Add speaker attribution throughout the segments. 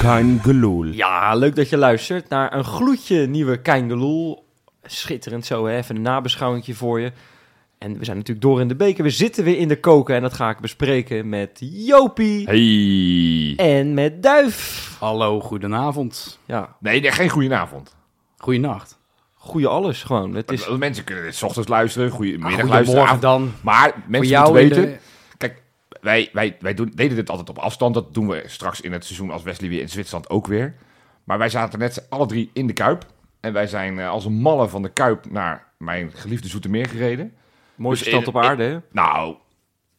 Speaker 1: Kein Geloel.
Speaker 2: Ja, leuk dat je luistert naar een gloedje nieuwe Kein Geloel. Schitterend zo, hè? even een nabeschouwingje voor je. En we zijn natuurlijk door in de beker. We zitten weer in de koken en dat ga ik bespreken met Jopie
Speaker 1: Hey.
Speaker 2: en met Duif.
Speaker 3: Hallo, goedenavond.
Speaker 2: Ja,
Speaker 1: Nee, nee, geen goedenavond.
Speaker 3: Goeienacht.
Speaker 2: goeie alles gewoon. Het is,
Speaker 1: Want Mensen kunnen dit 's ochtends luisteren, goedemiddag luisteren.
Speaker 3: Goedemorgen
Speaker 1: avond.
Speaker 3: Ah, dan.
Speaker 1: Maar mensen
Speaker 3: jou
Speaker 1: moeten
Speaker 3: in
Speaker 1: weten, kijk, wij, wij, wij doen, deden dit altijd op afstand. Dat doen we straks in het seizoen als Wesley weer in Zwitserland ook weer. Maar wij zaten net z'n alle drie in de Kuip. En wij zijn eh, als een malle van de Kuip naar mijn geliefde Zoetermeer gereden.
Speaker 2: mooiste
Speaker 1: Dus
Speaker 2: stad
Speaker 1: in-
Speaker 2: op aarde, hè?
Speaker 1: Nou,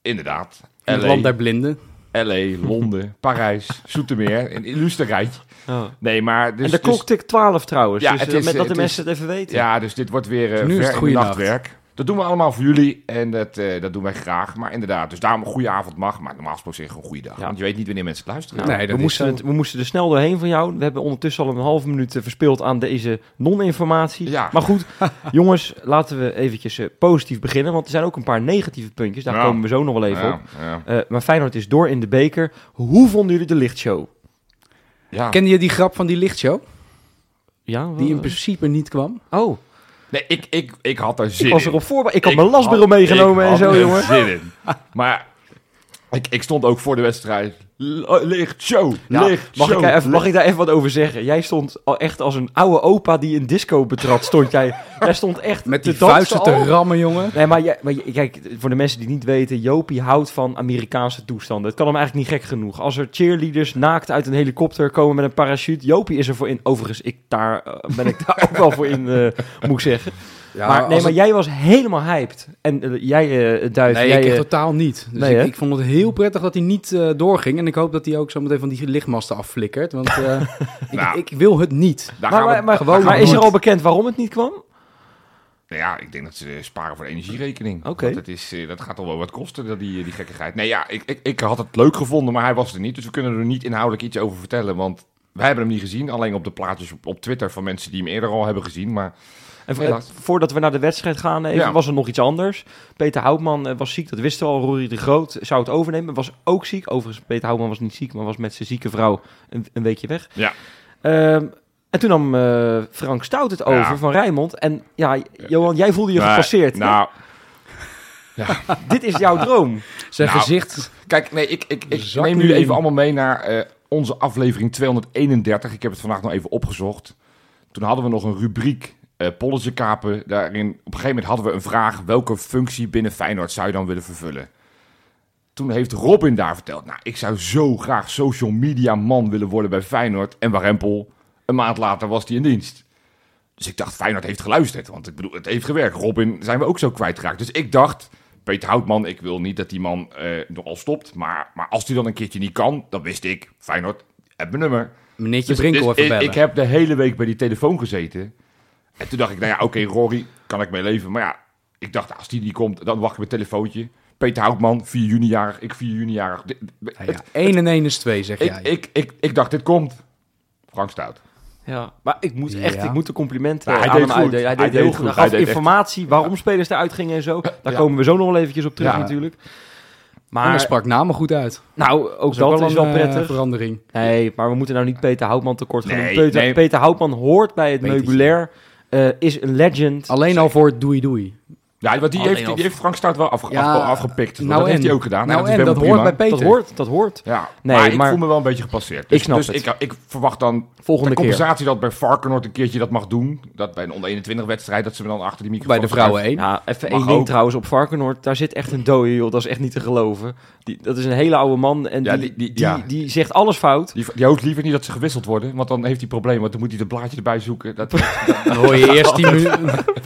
Speaker 1: inderdaad.
Speaker 3: In het
Speaker 1: LA,
Speaker 3: land der blinden.
Speaker 1: LA, Londen, Parijs, Zoetermeer. Een illustre rijtje.
Speaker 2: Ja.
Speaker 1: Nee, maar... Dus,
Speaker 2: en de
Speaker 1: dus-
Speaker 2: klok tikt 12 trouwens,
Speaker 1: Ja,
Speaker 2: dus
Speaker 1: het
Speaker 2: eh,
Speaker 1: is-
Speaker 2: met dat de
Speaker 1: het
Speaker 2: mensen het even weten.
Speaker 1: Ja, dus dit wordt weer eh
Speaker 3: Nu is het
Speaker 1: ver in de
Speaker 3: goeie nacht.
Speaker 1: nachtwerk. Dat doen we allemaal voor jullie en dat, eh, dat doen wij graag. Maar inderdaad, dus daarom een goede avond mag. Maar normaal gesproken zeg ik gewoon goede dag.
Speaker 2: Ja.
Speaker 1: Want je weet niet wanneer mensen het luisteren.
Speaker 2: Nou,
Speaker 3: Nee, dat
Speaker 2: we,
Speaker 3: is
Speaker 2: moesten
Speaker 3: zo.
Speaker 2: het- we moesten er snel doorheen van jou. We hebben ondertussen al een halve minuut eh, verspeeld aan deze non-informatie.
Speaker 1: Ja.
Speaker 2: Maar goed, jongens, laten we eventjes eh, positief beginnen. Want er zijn ook een paar negatieve puntjes. Daar
Speaker 1: Ja.
Speaker 2: komen we zo nog wel even op.
Speaker 1: ja, ja.
Speaker 2: Eh, maar Feyenoord is door in de beker. Hoe vonden jullie de lichtshow?
Speaker 1: Ja.
Speaker 3: Ken je die grap van die lichtshow?
Speaker 2: Ja,
Speaker 3: Die in
Speaker 2: eh,
Speaker 3: principe niet kwam?
Speaker 2: Oh,
Speaker 1: Nee, ik, ik, ik had er zin
Speaker 2: ik was
Speaker 1: in.
Speaker 2: erop voorbereid. Ik had
Speaker 1: Ik
Speaker 2: mijn lasbureau
Speaker 1: had-
Speaker 2: meegenomen
Speaker 1: ik
Speaker 2: en zo,
Speaker 1: had er
Speaker 2: jongen.
Speaker 1: zin in. Maar ik, ik stond ook voor de wedstrijd. L- Licht show,
Speaker 2: Ja,
Speaker 1: licht
Speaker 2: mag,
Speaker 1: show.
Speaker 2: ik, daar even- mag ik daar even wat over zeggen? Jij stond al echt als een oude opa die een disco betrad. Stond jij, jij stond echt
Speaker 3: Met
Speaker 2: te
Speaker 3: die
Speaker 2: dansen
Speaker 3: vuisten te
Speaker 2: al.
Speaker 3: rammen, jongen.
Speaker 2: Nee, maar, jij- maar jij- kijk, voor de mensen die het niet weten, Jopie houdt van Amerikaanse toestanden. Het kan hem eigenlijk niet gek genoeg. Als er cheerleaders naakt uit een helikopter komen met een parachute, Jopie is er voor in. Overigens, ik daar, eh, ben ik daar ook wel voor in, eh, moet ik zeggen.
Speaker 3: Ja,
Speaker 2: maar nee,
Speaker 3: als
Speaker 2: maar
Speaker 3: het-
Speaker 2: jij was helemaal hyped. En eh, jij, eh Duif,
Speaker 3: Nee,
Speaker 2: jij...
Speaker 3: ik
Speaker 2: eh,
Speaker 3: totaal niet. Dus
Speaker 2: nee, hè?
Speaker 3: ik, ik vond het heel prettig dat hij niet eh, doorging. En ik hoop dat hij ook zo meteen van die lichtmasten afflikkert. Want eh, ik,
Speaker 1: Nou.
Speaker 3: ik wil het niet.
Speaker 1: Daar
Speaker 2: maar
Speaker 1: gaan we-
Speaker 2: maar, maar,
Speaker 3: gewoon
Speaker 2: maar
Speaker 3: nog
Speaker 2: is er
Speaker 3: nooit.
Speaker 2: al bekend waarom het niet kwam?
Speaker 1: Nou ja, ik denk dat ze sparen voor de energierekening.
Speaker 2: Oké.
Speaker 1: Want het is, eh, dat gaat al wel wat kosten, dat- die, die gekkigheid. Nee, ja, ik, ik, ik had het leuk gevonden, maar hij was er niet. Dus we kunnen er niet inhoudelijk iets over vertellen. Want wij hebben hem niet gezien. Alleen op de plaatjes op, op Twitter van mensen die hem eerder al hebben gezien. Maar
Speaker 2: En vo-
Speaker 1: Helaas.
Speaker 2: eh, voordat we naar de wedstrijd gaan, eh, even,
Speaker 1: Ja.
Speaker 2: was er nog iets anders. Peter Houtman eh, was ziek, dat wisten we al. Rory de Groot zou het overnemen, was ook ziek. Overigens, Peter Houtman was niet ziek, maar was met zijn zieke vrouw een, een weekje weg.
Speaker 1: Ja.
Speaker 2: Ehm, en toen nam eh, Frank Stout het over
Speaker 1: Ja.
Speaker 2: van Rijmond. En ja, Johan, jij voelde je
Speaker 1: Nee,
Speaker 2: gepasseerd.
Speaker 1: Nou,
Speaker 2: Dit is jouw droom.
Speaker 3: Zijn
Speaker 1: Nou.
Speaker 3: gezicht...
Speaker 1: kijk, nee, ik, ik, ik
Speaker 3: Zak
Speaker 1: neem
Speaker 3: nu
Speaker 1: nu
Speaker 3: in.
Speaker 1: even allemaal mee naar eh, onze aflevering 231. Ik heb het vandaag nog even opgezocht. Toen hadden we nog een rubriek eh pollenzenkapen. Daarin, op een gegeven moment hadden we een vraag. Welke functie binnen Feyenoord zou je dan willen vervullen? Toen heeft Robin daar verteld. Nou, ik zou zo graag social media man willen worden bij Feyenoord. En Warempel, een maand later was hij in dienst. Dus ik dacht, Feyenoord heeft geluisterd. Want ik bedoel, het heeft gewerkt. Robin zijn we ook zo kwijtgeraakt. Dus ik dacht, Peter Houtman, ik wil niet dat die man eh nogal stopt. Maar, maar als hij dan een keertje niet kan, dan wist ik, Feyenoord, heb mijn nummer.
Speaker 3: Meneertje
Speaker 1: Dus-
Speaker 3: Brinkel
Speaker 1: dus
Speaker 3: even
Speaker 1: ik,
Speaker 3: bellen.
Speaker 1: ik heb de hele week bij die telefoon gezeten. En toen dacht ik, nou ja, oké, Rory, kan ik mee leven. Maar ja, ik dacht, als die niet komt, dan wacht ik mijn telefoontje. Peter Houtman, 4 juni jarig, ik 4 juni jarig. Dit-
Speaker 3: Ja,
Speaker 1: het-
Speaker 3: ja. 1 en 1 is 2, zeg
Speaker 1: ik,
Speaker 3: jij.
Speaker 1: ik, ik, ik dacht, dit komt. Frank Stout.
Speaker 2: Ja, maar ik moet echt,
Speaker 3: Ja.
Speaker 2: ik moet de complimenten
Speaker 1: Nou, hij
Speaker 2: aan
Speaker 1: deed
Speaker 2: hem
Speaker 1: goed.
Speaker 2: uitdelen. Hij deed
Speaker 1: Hij
Speaker 2: heel
Speaker 1: deed
Speaker 2: goed.
Speaker 1: goed.
Speaker 2: Hij gaf
Speaker 1: Hij deed echt-
Speaker 2: informatie waarom spelers eruit gingen en zo. Daar
Speaker 1: Ja.
Speaker 2: komen we zo nog wel eventjes op terug
Speaker 3: Ja.
Speaker 2: natuurlijk.
Speaker 3: Maar hij
Speaker 2: Maar
Speaker 3: sprak namen goed uit.
Speaker 2: nou, ook
Speaker 3: ook
Speaker 2: dat is wel
Speaker 3: een, eh,
Speaker 2: prettig.
Speaker 3: verandering.
Speaker 2: Nee, maar we moeten nou niet Peter Houtman tekort gaan. doen.
Speaker 1: Nee,
Speaker 2: Peter,
Speaker 1: nee.
Speaker 2: Peter Houtman hoort bij het
Speaker 3: Petertje.
Speaker 2: meubilair, eh, is een legend.
Speaker 3: Alleen al voor het doei doei.
Speaker 1: Ja, want die,
Speaker 2: Alleen
Speaker 1: heeft,
Speaker 2: al-
Speaker 1: die heeft Frank Stout wel afge-
Speaker 3: Ja,
Speaker 1: afge- afgepikt.
Speaker 3: nou
Speaker 1: dat heeft
Speaker 3: en.
Speaker 1: hij ook gedaan.
Speaker 3: Nou
Speaker 1: is
Speaker 3: en, dat
Speaker 1: helemaal
Speaker 3: hoort bij
Speaker 1: prima.
Speaker 3: Peter.
Speaker 2: Dat hoort, dat hoort.
Speaker 1: Ja,
Speaker 2: Nee,
Speaker 1: maar ik
Speaker 2: maar-
Speaker 1: voel me wel een beetje gepasseerd. Dus,
Speaker 2: Ik snap
Speaker 1: dus
Speaker 2: het.
Speaker 1: Ik, ik verwacht dan
Speaker 2: Volgende
Speaker 1: de
Speaker 2: keer.
Speaker 1: compensatie dat bij Varkenoord een keertje dat mag doen. Dat bij een onder 21 wedstrijd dat ze me dan achter die microfoon
Speaker 3: Bij de vrouwen
Speaker 1: schuiven.
Speaker 3: 1.
Speaker 2: Ja, even
Speaker 1: Mag
Speaker 2: één ding
Speaker 1: ook.
Speaker 2: trouwens op Varkenoord. Daar zit echt een dode, joh. Dat is echt niet te geloven. Die, dat is een hele oude man en
Speaker 1: Ja,
Speaker 2: die, die,
Speaker 1: die- die-
Speaker 2: die,
Speaker 1: ja.
Speaker 2: zegt alles fout.
Speaker 1: Die, die hoopt liever niet dat ze gewisseld worden, want dan heeft hij problemen. Want dan moet hij het blaadje erbij zoeken. Dat,
Speaker 3: Dan hoor je eerst, die minu-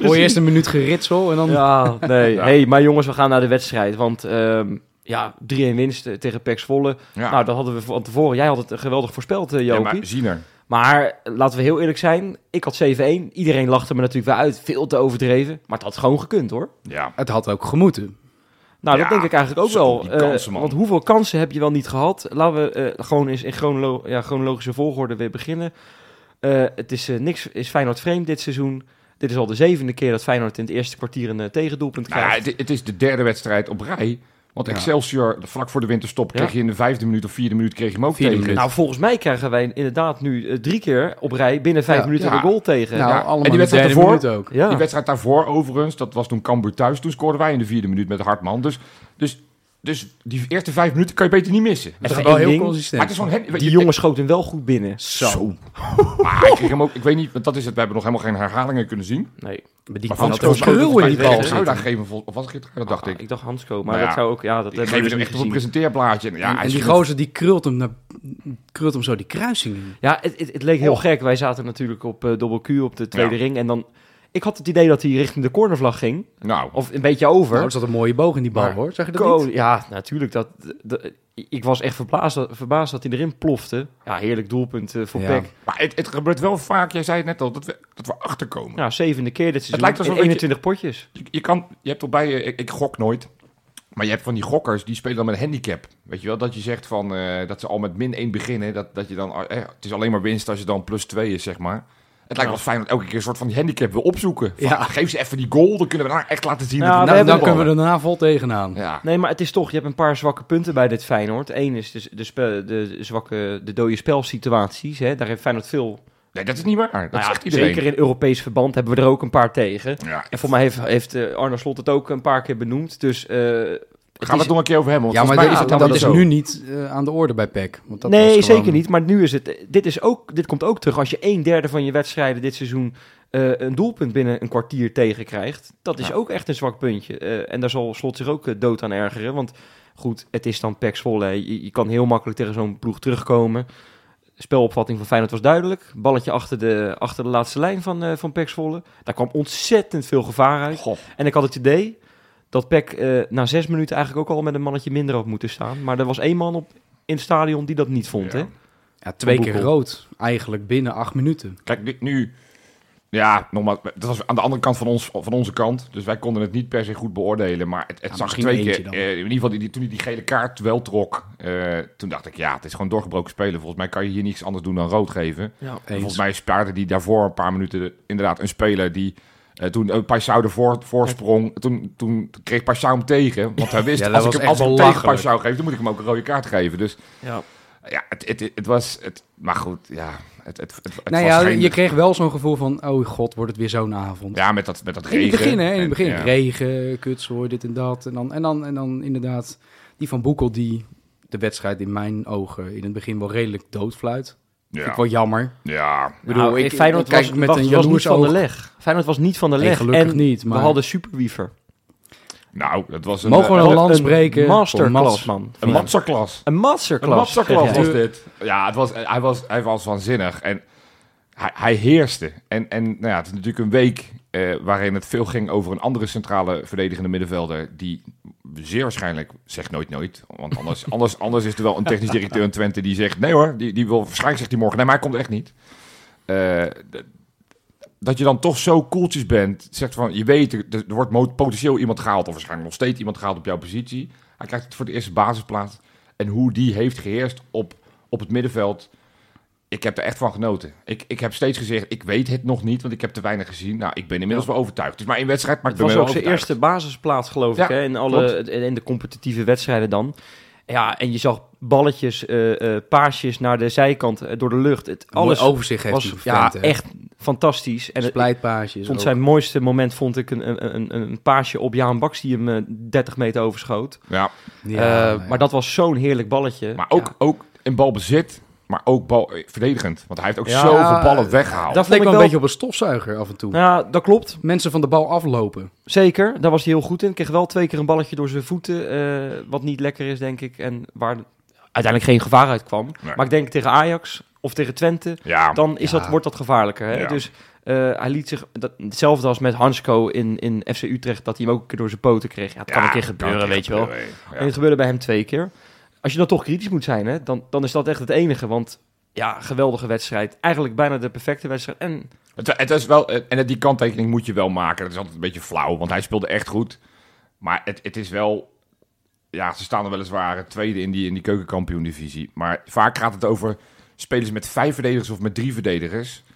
Speaker 3: hoor je eerst een minuut geritsel en dan...
Speaker 2: Ja, nee.
Speaker 1: Ja.
Speaker 2: Hey, maar jongens, we gaan naar de wedstrijd. Want ehm, ja, 3-1 winst eh, tegen Pax Volle.
Speaker 1: ja.
Speaker 2: Nou, dat hadden we van tevoren. Jij had het eh, geweldig voorspeld, eh,
Speaker 1: ja,
Speaker 2: Jopie.
Speaker 1: maar zien er.
Speaker 2: Maar eh, laten we heel eerlijk zijn. Ik had 7-1. Iedereen lachte me natuurlijk wel uit. Veel te overdreven. Maar het had gewoon gekund hoor.
Speaker 1: Ja.
Speaker 3: Het had ook gemoeten.
Speaker 2: Nou,
Speaker 1: Ja,
Speaker 2: dat denk ik eigenlijk ook
Speaker 1: zo,
Speaker 2: wel.
Speaker 1: die
Speaker 2: Eh,
Speaker 1: kansen, man.
Speaker 2: want hoeveel kansen heb je wel niet gehad? Laten we eh, gewoon eens in chronolo- ja, chronologische volgorde weer beginnen. Eh, het is eh, niks is Feyenoord vreemd dit seizoen. Dit is al de zevende keer dat Feyenoord in het eerste kwartier een eh, tegendoelpunt
Speaker 1: Nou, ja,
Speaker 2: krijgt.
Speaker 1: het, het is de derde wedstrijd op rij Want
Speaker 3: Ja.
Speaker 1: Excelsior, vlak voor de winterstop,
Speaker 2: Ja.
Speaker 1: kreeg je in de vijfde minuut of vierde minuut kreeg je hem ook
Speaker 3: Vierde
Speaker 1: tegen.
Speaker 3: minuut.
Speaker 2: Nou, volgens mij krijgen wij inderdaad nu eh, drie keer op rij binnen vijf
Speaker 3: Ja,
Speaker 2: minuten
Speaker 1: ja.
Speaker 2: een goal tegen.
Speaker 3: Nou,
Speaker 1: Ja, en
Speaker 3: allemaal
Speaker 1: die
Speaker 3: in de
Speaker 1: wedstrijd
Speaker 3: derde
Speaker 1: ervoor?
Speaker 3: minuut ook.
Speaker 2: ja.
Speaker 1: Die wedstrijd daarvoor overigens, dat was toen Cambuur thuis. Toen scoorden wij in de vierde minuut met Hartman. Dus, dus, dus die eerste vijf minuten kan je beter niet missen.
Speaker 3: Dat
Speaker 2: Even
Speaker 3: is wel
Speaker 2: één
Speaker 3: heel
Speaker 2: ding.
Speaker 1: Maar het is
Speaker 3: consistent.
Speaker 1: gewoon... he-
Speaker 2: Die jongen schoot hem wel goed binnen.
Speaker 1: Zo. Maar ik kreeg hem ook... Ik weet niet, want dat is het. We hebben nog helemaal geen herhalingen kunnen zien.
Speaker 2: Nee,
Speaker 3: Maar die
Speaker 1: Maar
Speaker 3: kan het
Speaker 1: Hans Kool
Speaker 3: wel
Speaker 1: schoot
Speaker 3: krul in die
Speaker 1: Geert
Speaker 3: bal
Speaker 1: Geertruida
Speaker 3: zitten.
Speaker 1: Oh, geven. vol- Of was het Geertruida, dacht
Speaker 2: Ah,
Speaker 1: ik.
Speaker 2: ik dacht Hansko, maar
Speaker 1: Nou ja,
Speaker 2: dat zou ook... Ja, dat
Speaker 1: Ik
Speaker 2: hebben we
Speaker 1: geef hem
Speaker 2: dus
Speaker 1: echt
Speaker 2: niet
Speaker 1: op een
Speaker 2: gezien.
Speaker 1: presenteerblaadje. En, ja,
Speaker 3: En,
Speaker 1: hij
Speaker 3: en
Speaker 1: is
Speaker 3: die
Speaker 1: goed.
Speaker 3: gozer die krult hem, naar, krult hem zo die kruising in.
Speaker 2: Ja, het, het, het leek heel gek. Wij zaten natuurlijk op eh dubbel Q op de tweede ring. En dan... Ik had het idee dat hij richting de cornervlag ging.
Speaker 1: Nou,
Speaker 2: Of een beetje over.
Speaker 3: Nou, er zat een mooie boog in die bal
Speaker 1: Maar-
Speaker 3: hoor. Zag je dat
Speaker 2: Ko-
Speaker 3: niet?
Speaker 2: ja, natuurlijk. Dat, dat- ik was echt verbaasd, dat- verbaasd dat hij erin plofte. Ja, heerlijk doelpunt eh, voor
Speaker 3: Ja.
Speaker 2: Peck.
Speaker 1: maar het, het gebeurt wel vaak. Jij zei het net al, dat we, dat we achterkomen.
Speaker 2: Nou, zevende keer dit seizoen.
Speaker 1: lijkt alsof
Speaker 2: in
Speaker 1: dat je-
Speaker 2: 21 potjes.
Speaker 1: Je, je kan, je hebt toch bij, eh, ik, ik gok nooit, maar je hebt van die gokkers die spelen dan met een handicap. Weet je wel, dat je zegt van, eh, dat ze al met min 1 beginnen, dat, dat je dan, eh, het is alleen maar winst als je dan plus 2 is, zeg maar. Het lijkt
Speaker 2: Ja.
Speaker 1: wel fijn dat elke keer een soort van die handicap wil opzoeken. Van,
Speaker 3: Ja.
Speaker 1: Geef ze even die goal, dan kunnen we daar echt laten zien.
Speaker 2: Ja,
Speaker 1: dat
Speaker 2: we
Speaker 1: we
Speaker 3: nou,
Speaker 2: hebben-
Speaker 3: dan kunnen we er daarna vol tegenaan.
Speaker 1: Ja.
Speaker 2: Nee, maar het is toch, je hebt een paar zwakke punten bij dit Feyenoord. Eén is de, s- de, spe- de zwakke, de dode spelsituaties. Hè. Daar heeft Feyenoord veel.
Speaker 1: Nee, dat is niet waar. Dat
Speaker 2: Nou ja,
Speaker 1: zegt iedereen.
Speaker 2: Zeker in Europees verband hebben we er ook een paar tegen.
Speaker 1: Ja.
Speaker 2: En voor mij heeft, heeft eh, Arne Slot het ook een paar keer benoemd. Dus eh, het
Speaker 1: Gaan we
Speaker 2: is-
Speaker 1: het nog een keer over hebben? Want
Speaker 3: Ja, maar dat,
Speaker 1: volgens mij
Speaker 3: is,
Speaker 1: is het
Speaker 3: dat
Speaker 1: dan
Speaker 3: is
Speaker 1: wel zo.
Speaker 3: nu niet eh, aan de orde bij PEC. Want dat
Speaker 2: nee,
Speaker 3: was gewoon-
Speaker 2: zeker niet. Maar nu is het. Dit, is ook, dit komt ook terug. Als je een derde van je wedstrijden dit seizoen. eh, een doelpunt binnen een kwartier tegenkrijgt. Dat is
Speaker 1: Ja.
Speaker 2: ook echt een zwak puntje. Eh, en daar zal slot zich ook eh, dood aan ergeren. Want goed, het is dan Pax Volle. Je, je kan heel makkelijk tegen zo'n ploeg terugkomen. Spelopvatting van Feyenoord was duidelijk. Balletje achter de, achter de laatste lijn van, eh van Pax Volle. Daar kwam ontzettend veel gevaar uit.
Speaker 1: Goh.
Speaker 2: En ik had het idee dat Peck eh, na zes minuten eigenlijk ook al met een mannetje minder had moeten staan. Maar er was één man op, in het stadion die dat niet vond.
Speaker 1: Ja.
Speaker 2: Hè?
Speaker 3: Ja, twee
Speaker 2: Van
Speaker 3: keer
Speaker 2: Boekel.
Speaker 3: rood. Eigenlijk binnen acht minuten.
Speaker 1: Kijk, dit nu... Ja, nogmaals, dat was aan de andere kant van, ons, van onze kant. Dus wij konden het niet per se goed beoordelen. Maar het, het
Speaker 3: Ja,
Speaker 1: zag
Speaker 3: misschien
Speaker 1: twee
Speaker 3: eentje
Speaker 1: keer...
Speaker 3: dan.
Speaker 1: eh, in ieder geval, die, die- toen hij die gele kaart wel trok... eh, toen dacht ik, ja, het is gewoon doorgebroken spelen. Volgens mij kan je hier niks anders doen dan rood geven. En
Speaker 2: Ja.
Speaker 3: Eens.
Speaker 1: Volgens mij spaarde die daarvoor een paar minuten... de- inderdaad een speler die... eh, toen een Paisao ervoor voorsprong, toen, toen kreeg Paisao hem tegen. Want hij wist,
Speaker 3: Ja, dat
Speaker 1: als
Speaker 3: was
Speaker 1: ik hem,
Speaker 3: echt
Speaker 1: als ik hem tegen
Speaker 3: belachelijk.
Speaker 1: Paisao geef, dan moet ik hem ook een rode kaart geven. Dus
Speaker 2: Ja.
Speaker 1: ja, het, het, het was... Het, maar goed, ja, het, het, het, het
Speaker 3: nou
Speaker 1: was
Speaker 3: ja,
Speaker 1: geen-
Speaker 3: je kreeg wel zo'n gevoel van, oh god, wordt het weer zo'n avond.
Speaker 1: Ja, met dat, met dat
Speaker 3: in
Speaker 1: regen.
Speaker 3: het begin, hè. In
Speaker 1: En-
Speaker 3: het begin.
Speaker 1: ja.
Speaker 3: Regen, kutzooi, dit en dat. En dan, en, dan, en dan inderdaad die van Boekel die de wedstrijd in mijn ogen in het begin wel redelijk doodfluit. Vind ik
Speaker 1: Ja.
Speaker 3: wel jammer.
Speaker 1: ja.
Speaker 3: Ik bedoel, ik-
Speaker 2: Nou, Feyenoord
Speaker 3: ik kijk
Speaker 2: was,
Speaker 3: met
Speaker 2: was-
Speaker 3: een
Speaker 2: was niet
Speaker 3: jaloers
Speaker 2: van de
Speaker 3: oog.
Speaker 2: leg. Feyenoord was niet van de
Speaker 3: Nee,
Speaker 2: leg.
Speaker 3: gelukkig
Speaker 2: en
Speaker 3: niet,
Speaker 2: we
Speaker 3: maar-
Speaker 2: hadden Superwiever.
Speaker 1: Nou, dat was een,
Speaker 3: Mogen we
Speaker 1: eh,
Speaker 3: een
Speaker 2: Wat
Speaker 3: land spreken?
Speaker 2: masterclass,
Speaker 3: Mats.
Speaker 2: man.
Speaker 1: een masterclass.
Speaker 2: Een
Speaker 1: Een
Speaker 2: masterclass.
Speaker 1: masterclass
Speaker 2: zeg jij.
Speaker 1: was dit. Ja, het was, eh, hij, was, hij was waanzinnig. En hij, hij heerste. En, en nou ja, het is natuurlijk een week eh, waarin het veel ging over een andere centrale verdedigende middenvelder. Die zeer waarschijnlijk, zeg nooit nooit, want anders, anders, anders is er wel een technisch directeur in Twente die zegt, nee hoor, die, die wil, waarschijnlijk zegt hij morgen, nee maar hij komt echt niet. Eh, d- dat je dan toch zo koeltjes bent, zegt van, je weet, er, er wordt mo- potentieel iemand gehaald, of waarschijnlijk nog steeds iemand gehaald op jouw positie. Hij krijgt het voor de eerste basisplaats. En hoe die heeft geheerst op, op het middenveld, ik heb er echt van genoten. Ik, ik heb steeds gezegd, ik weet het nog niet, want ik heb te weinig gezien. Nou, ik ben inmiddels wel overtuigd. Het is maar één wedstrijd, maar
Speaker 2: Het
Speaker 1: ik
Speaker 2: was
Speaker 1: ben wel
Speaker 2: ook zijn
Speaker 1: overtuigd.
Speaker 2: eerste basisplaats, geloof ik,
Speaker 1: Ja,
Speaker 2: hè, in, alle, in de competitieve wedstrijden dan. Ja, en je zag balletjes, eh eh paasjes naar de zijkant, eh, door de lucht. Het,
Speaker 3: Alles
Speaker 2: alles
Speaker 3: overzicht heeft
Speaker 2: was
Speaker 3: hij
Speaker 2: ja,
Speaker 3: vervent, hè.
Speaker 2: echt fantastisch. En het, ik
Speaker 3: Splijtpaasjes.
Speaker 2: vond
Speaker 3: ook.
Speaker 2: zijn mooiste moment vond ik een, een, een, een paasje op Jaan Baks die hem eh, 30 meter overschoot.
Speaker 1: Ja,
Speaker 3: Ja,
Speaker 2: Eh,
Speaker 3: nou ja.
Speaker 2: Maar dat was zo'n heerlijk balletje.
Speaker 1: maar ook,
Speaker 2: Ja.
Speaker 1: ook in balbezit, maar ook bal, eh, verdedigend. Want hij heeft ook
Speaker 2: Ja,
Speaker 1: zoveel ballen weggehaald.
Speaker 2: dat
Speaker 3: Het leek
Speaker 2: vond ik
Speaker 3: wel
Speaker 2: wel-
Speaker 3: een beetje op een stofzuiger af en toe.
Speaker 2: Ja, dat klopt.
Speaker 3: Mensen van de bal aflopen.
Speaker 2: Zeker, daar was hij heel goed in. Kreeg wel twee keer een balletje door zijn voeten, eh, wat niet lekker is, denk ik. En waar uiteindelijk geen gevaar uit kwam.
Speaker 1: Nee.
Speaker 2: Maar ik denk tegen Ajax of tegen Twente,
Speaker 1: ja,
Speaker 2: dan is
Speaker 3: Ja.
Speaker 2: dat, wordt dat gevaarlijker. Hè?
Speaker 1: Ja.
Speaker 2: Dus eh, hij liet zich, dat, hetzelfde als met Hansko in, in FC Utrecht, dat hij hem ook een keer door zijn poten kreeg. Ja, het kan
Speaker 1: ja,
Speaker 2: een keer
Speaker 1: kan
Speaker 2: gebeuren,
Speaker 1: een keer
Speaker 2: weet je wel.
Speaker 1: gebeuren, ja.
Speaker 2: En het gebeurde bij hem twee keer. Als je dan toch kritisch moet zijn, hè, dan, dan is dat echt het enige. Want ja, geweldige wedstrijd. Eigenlijk bijna de perfecte wedstrijd. En
Speaker 1: Het, het is wel, en het- die kanttekening moet je wel maken. Dat is altijd een beetje flauw, want hij speelde echt goed. Maar het, het is wel... Ja, ze staan er weliswaar tweede in die, in die keukenkampioen-divisie. Maar vaak gaat het over spelers met vijf verdedigers of met drie verdedigers. Dit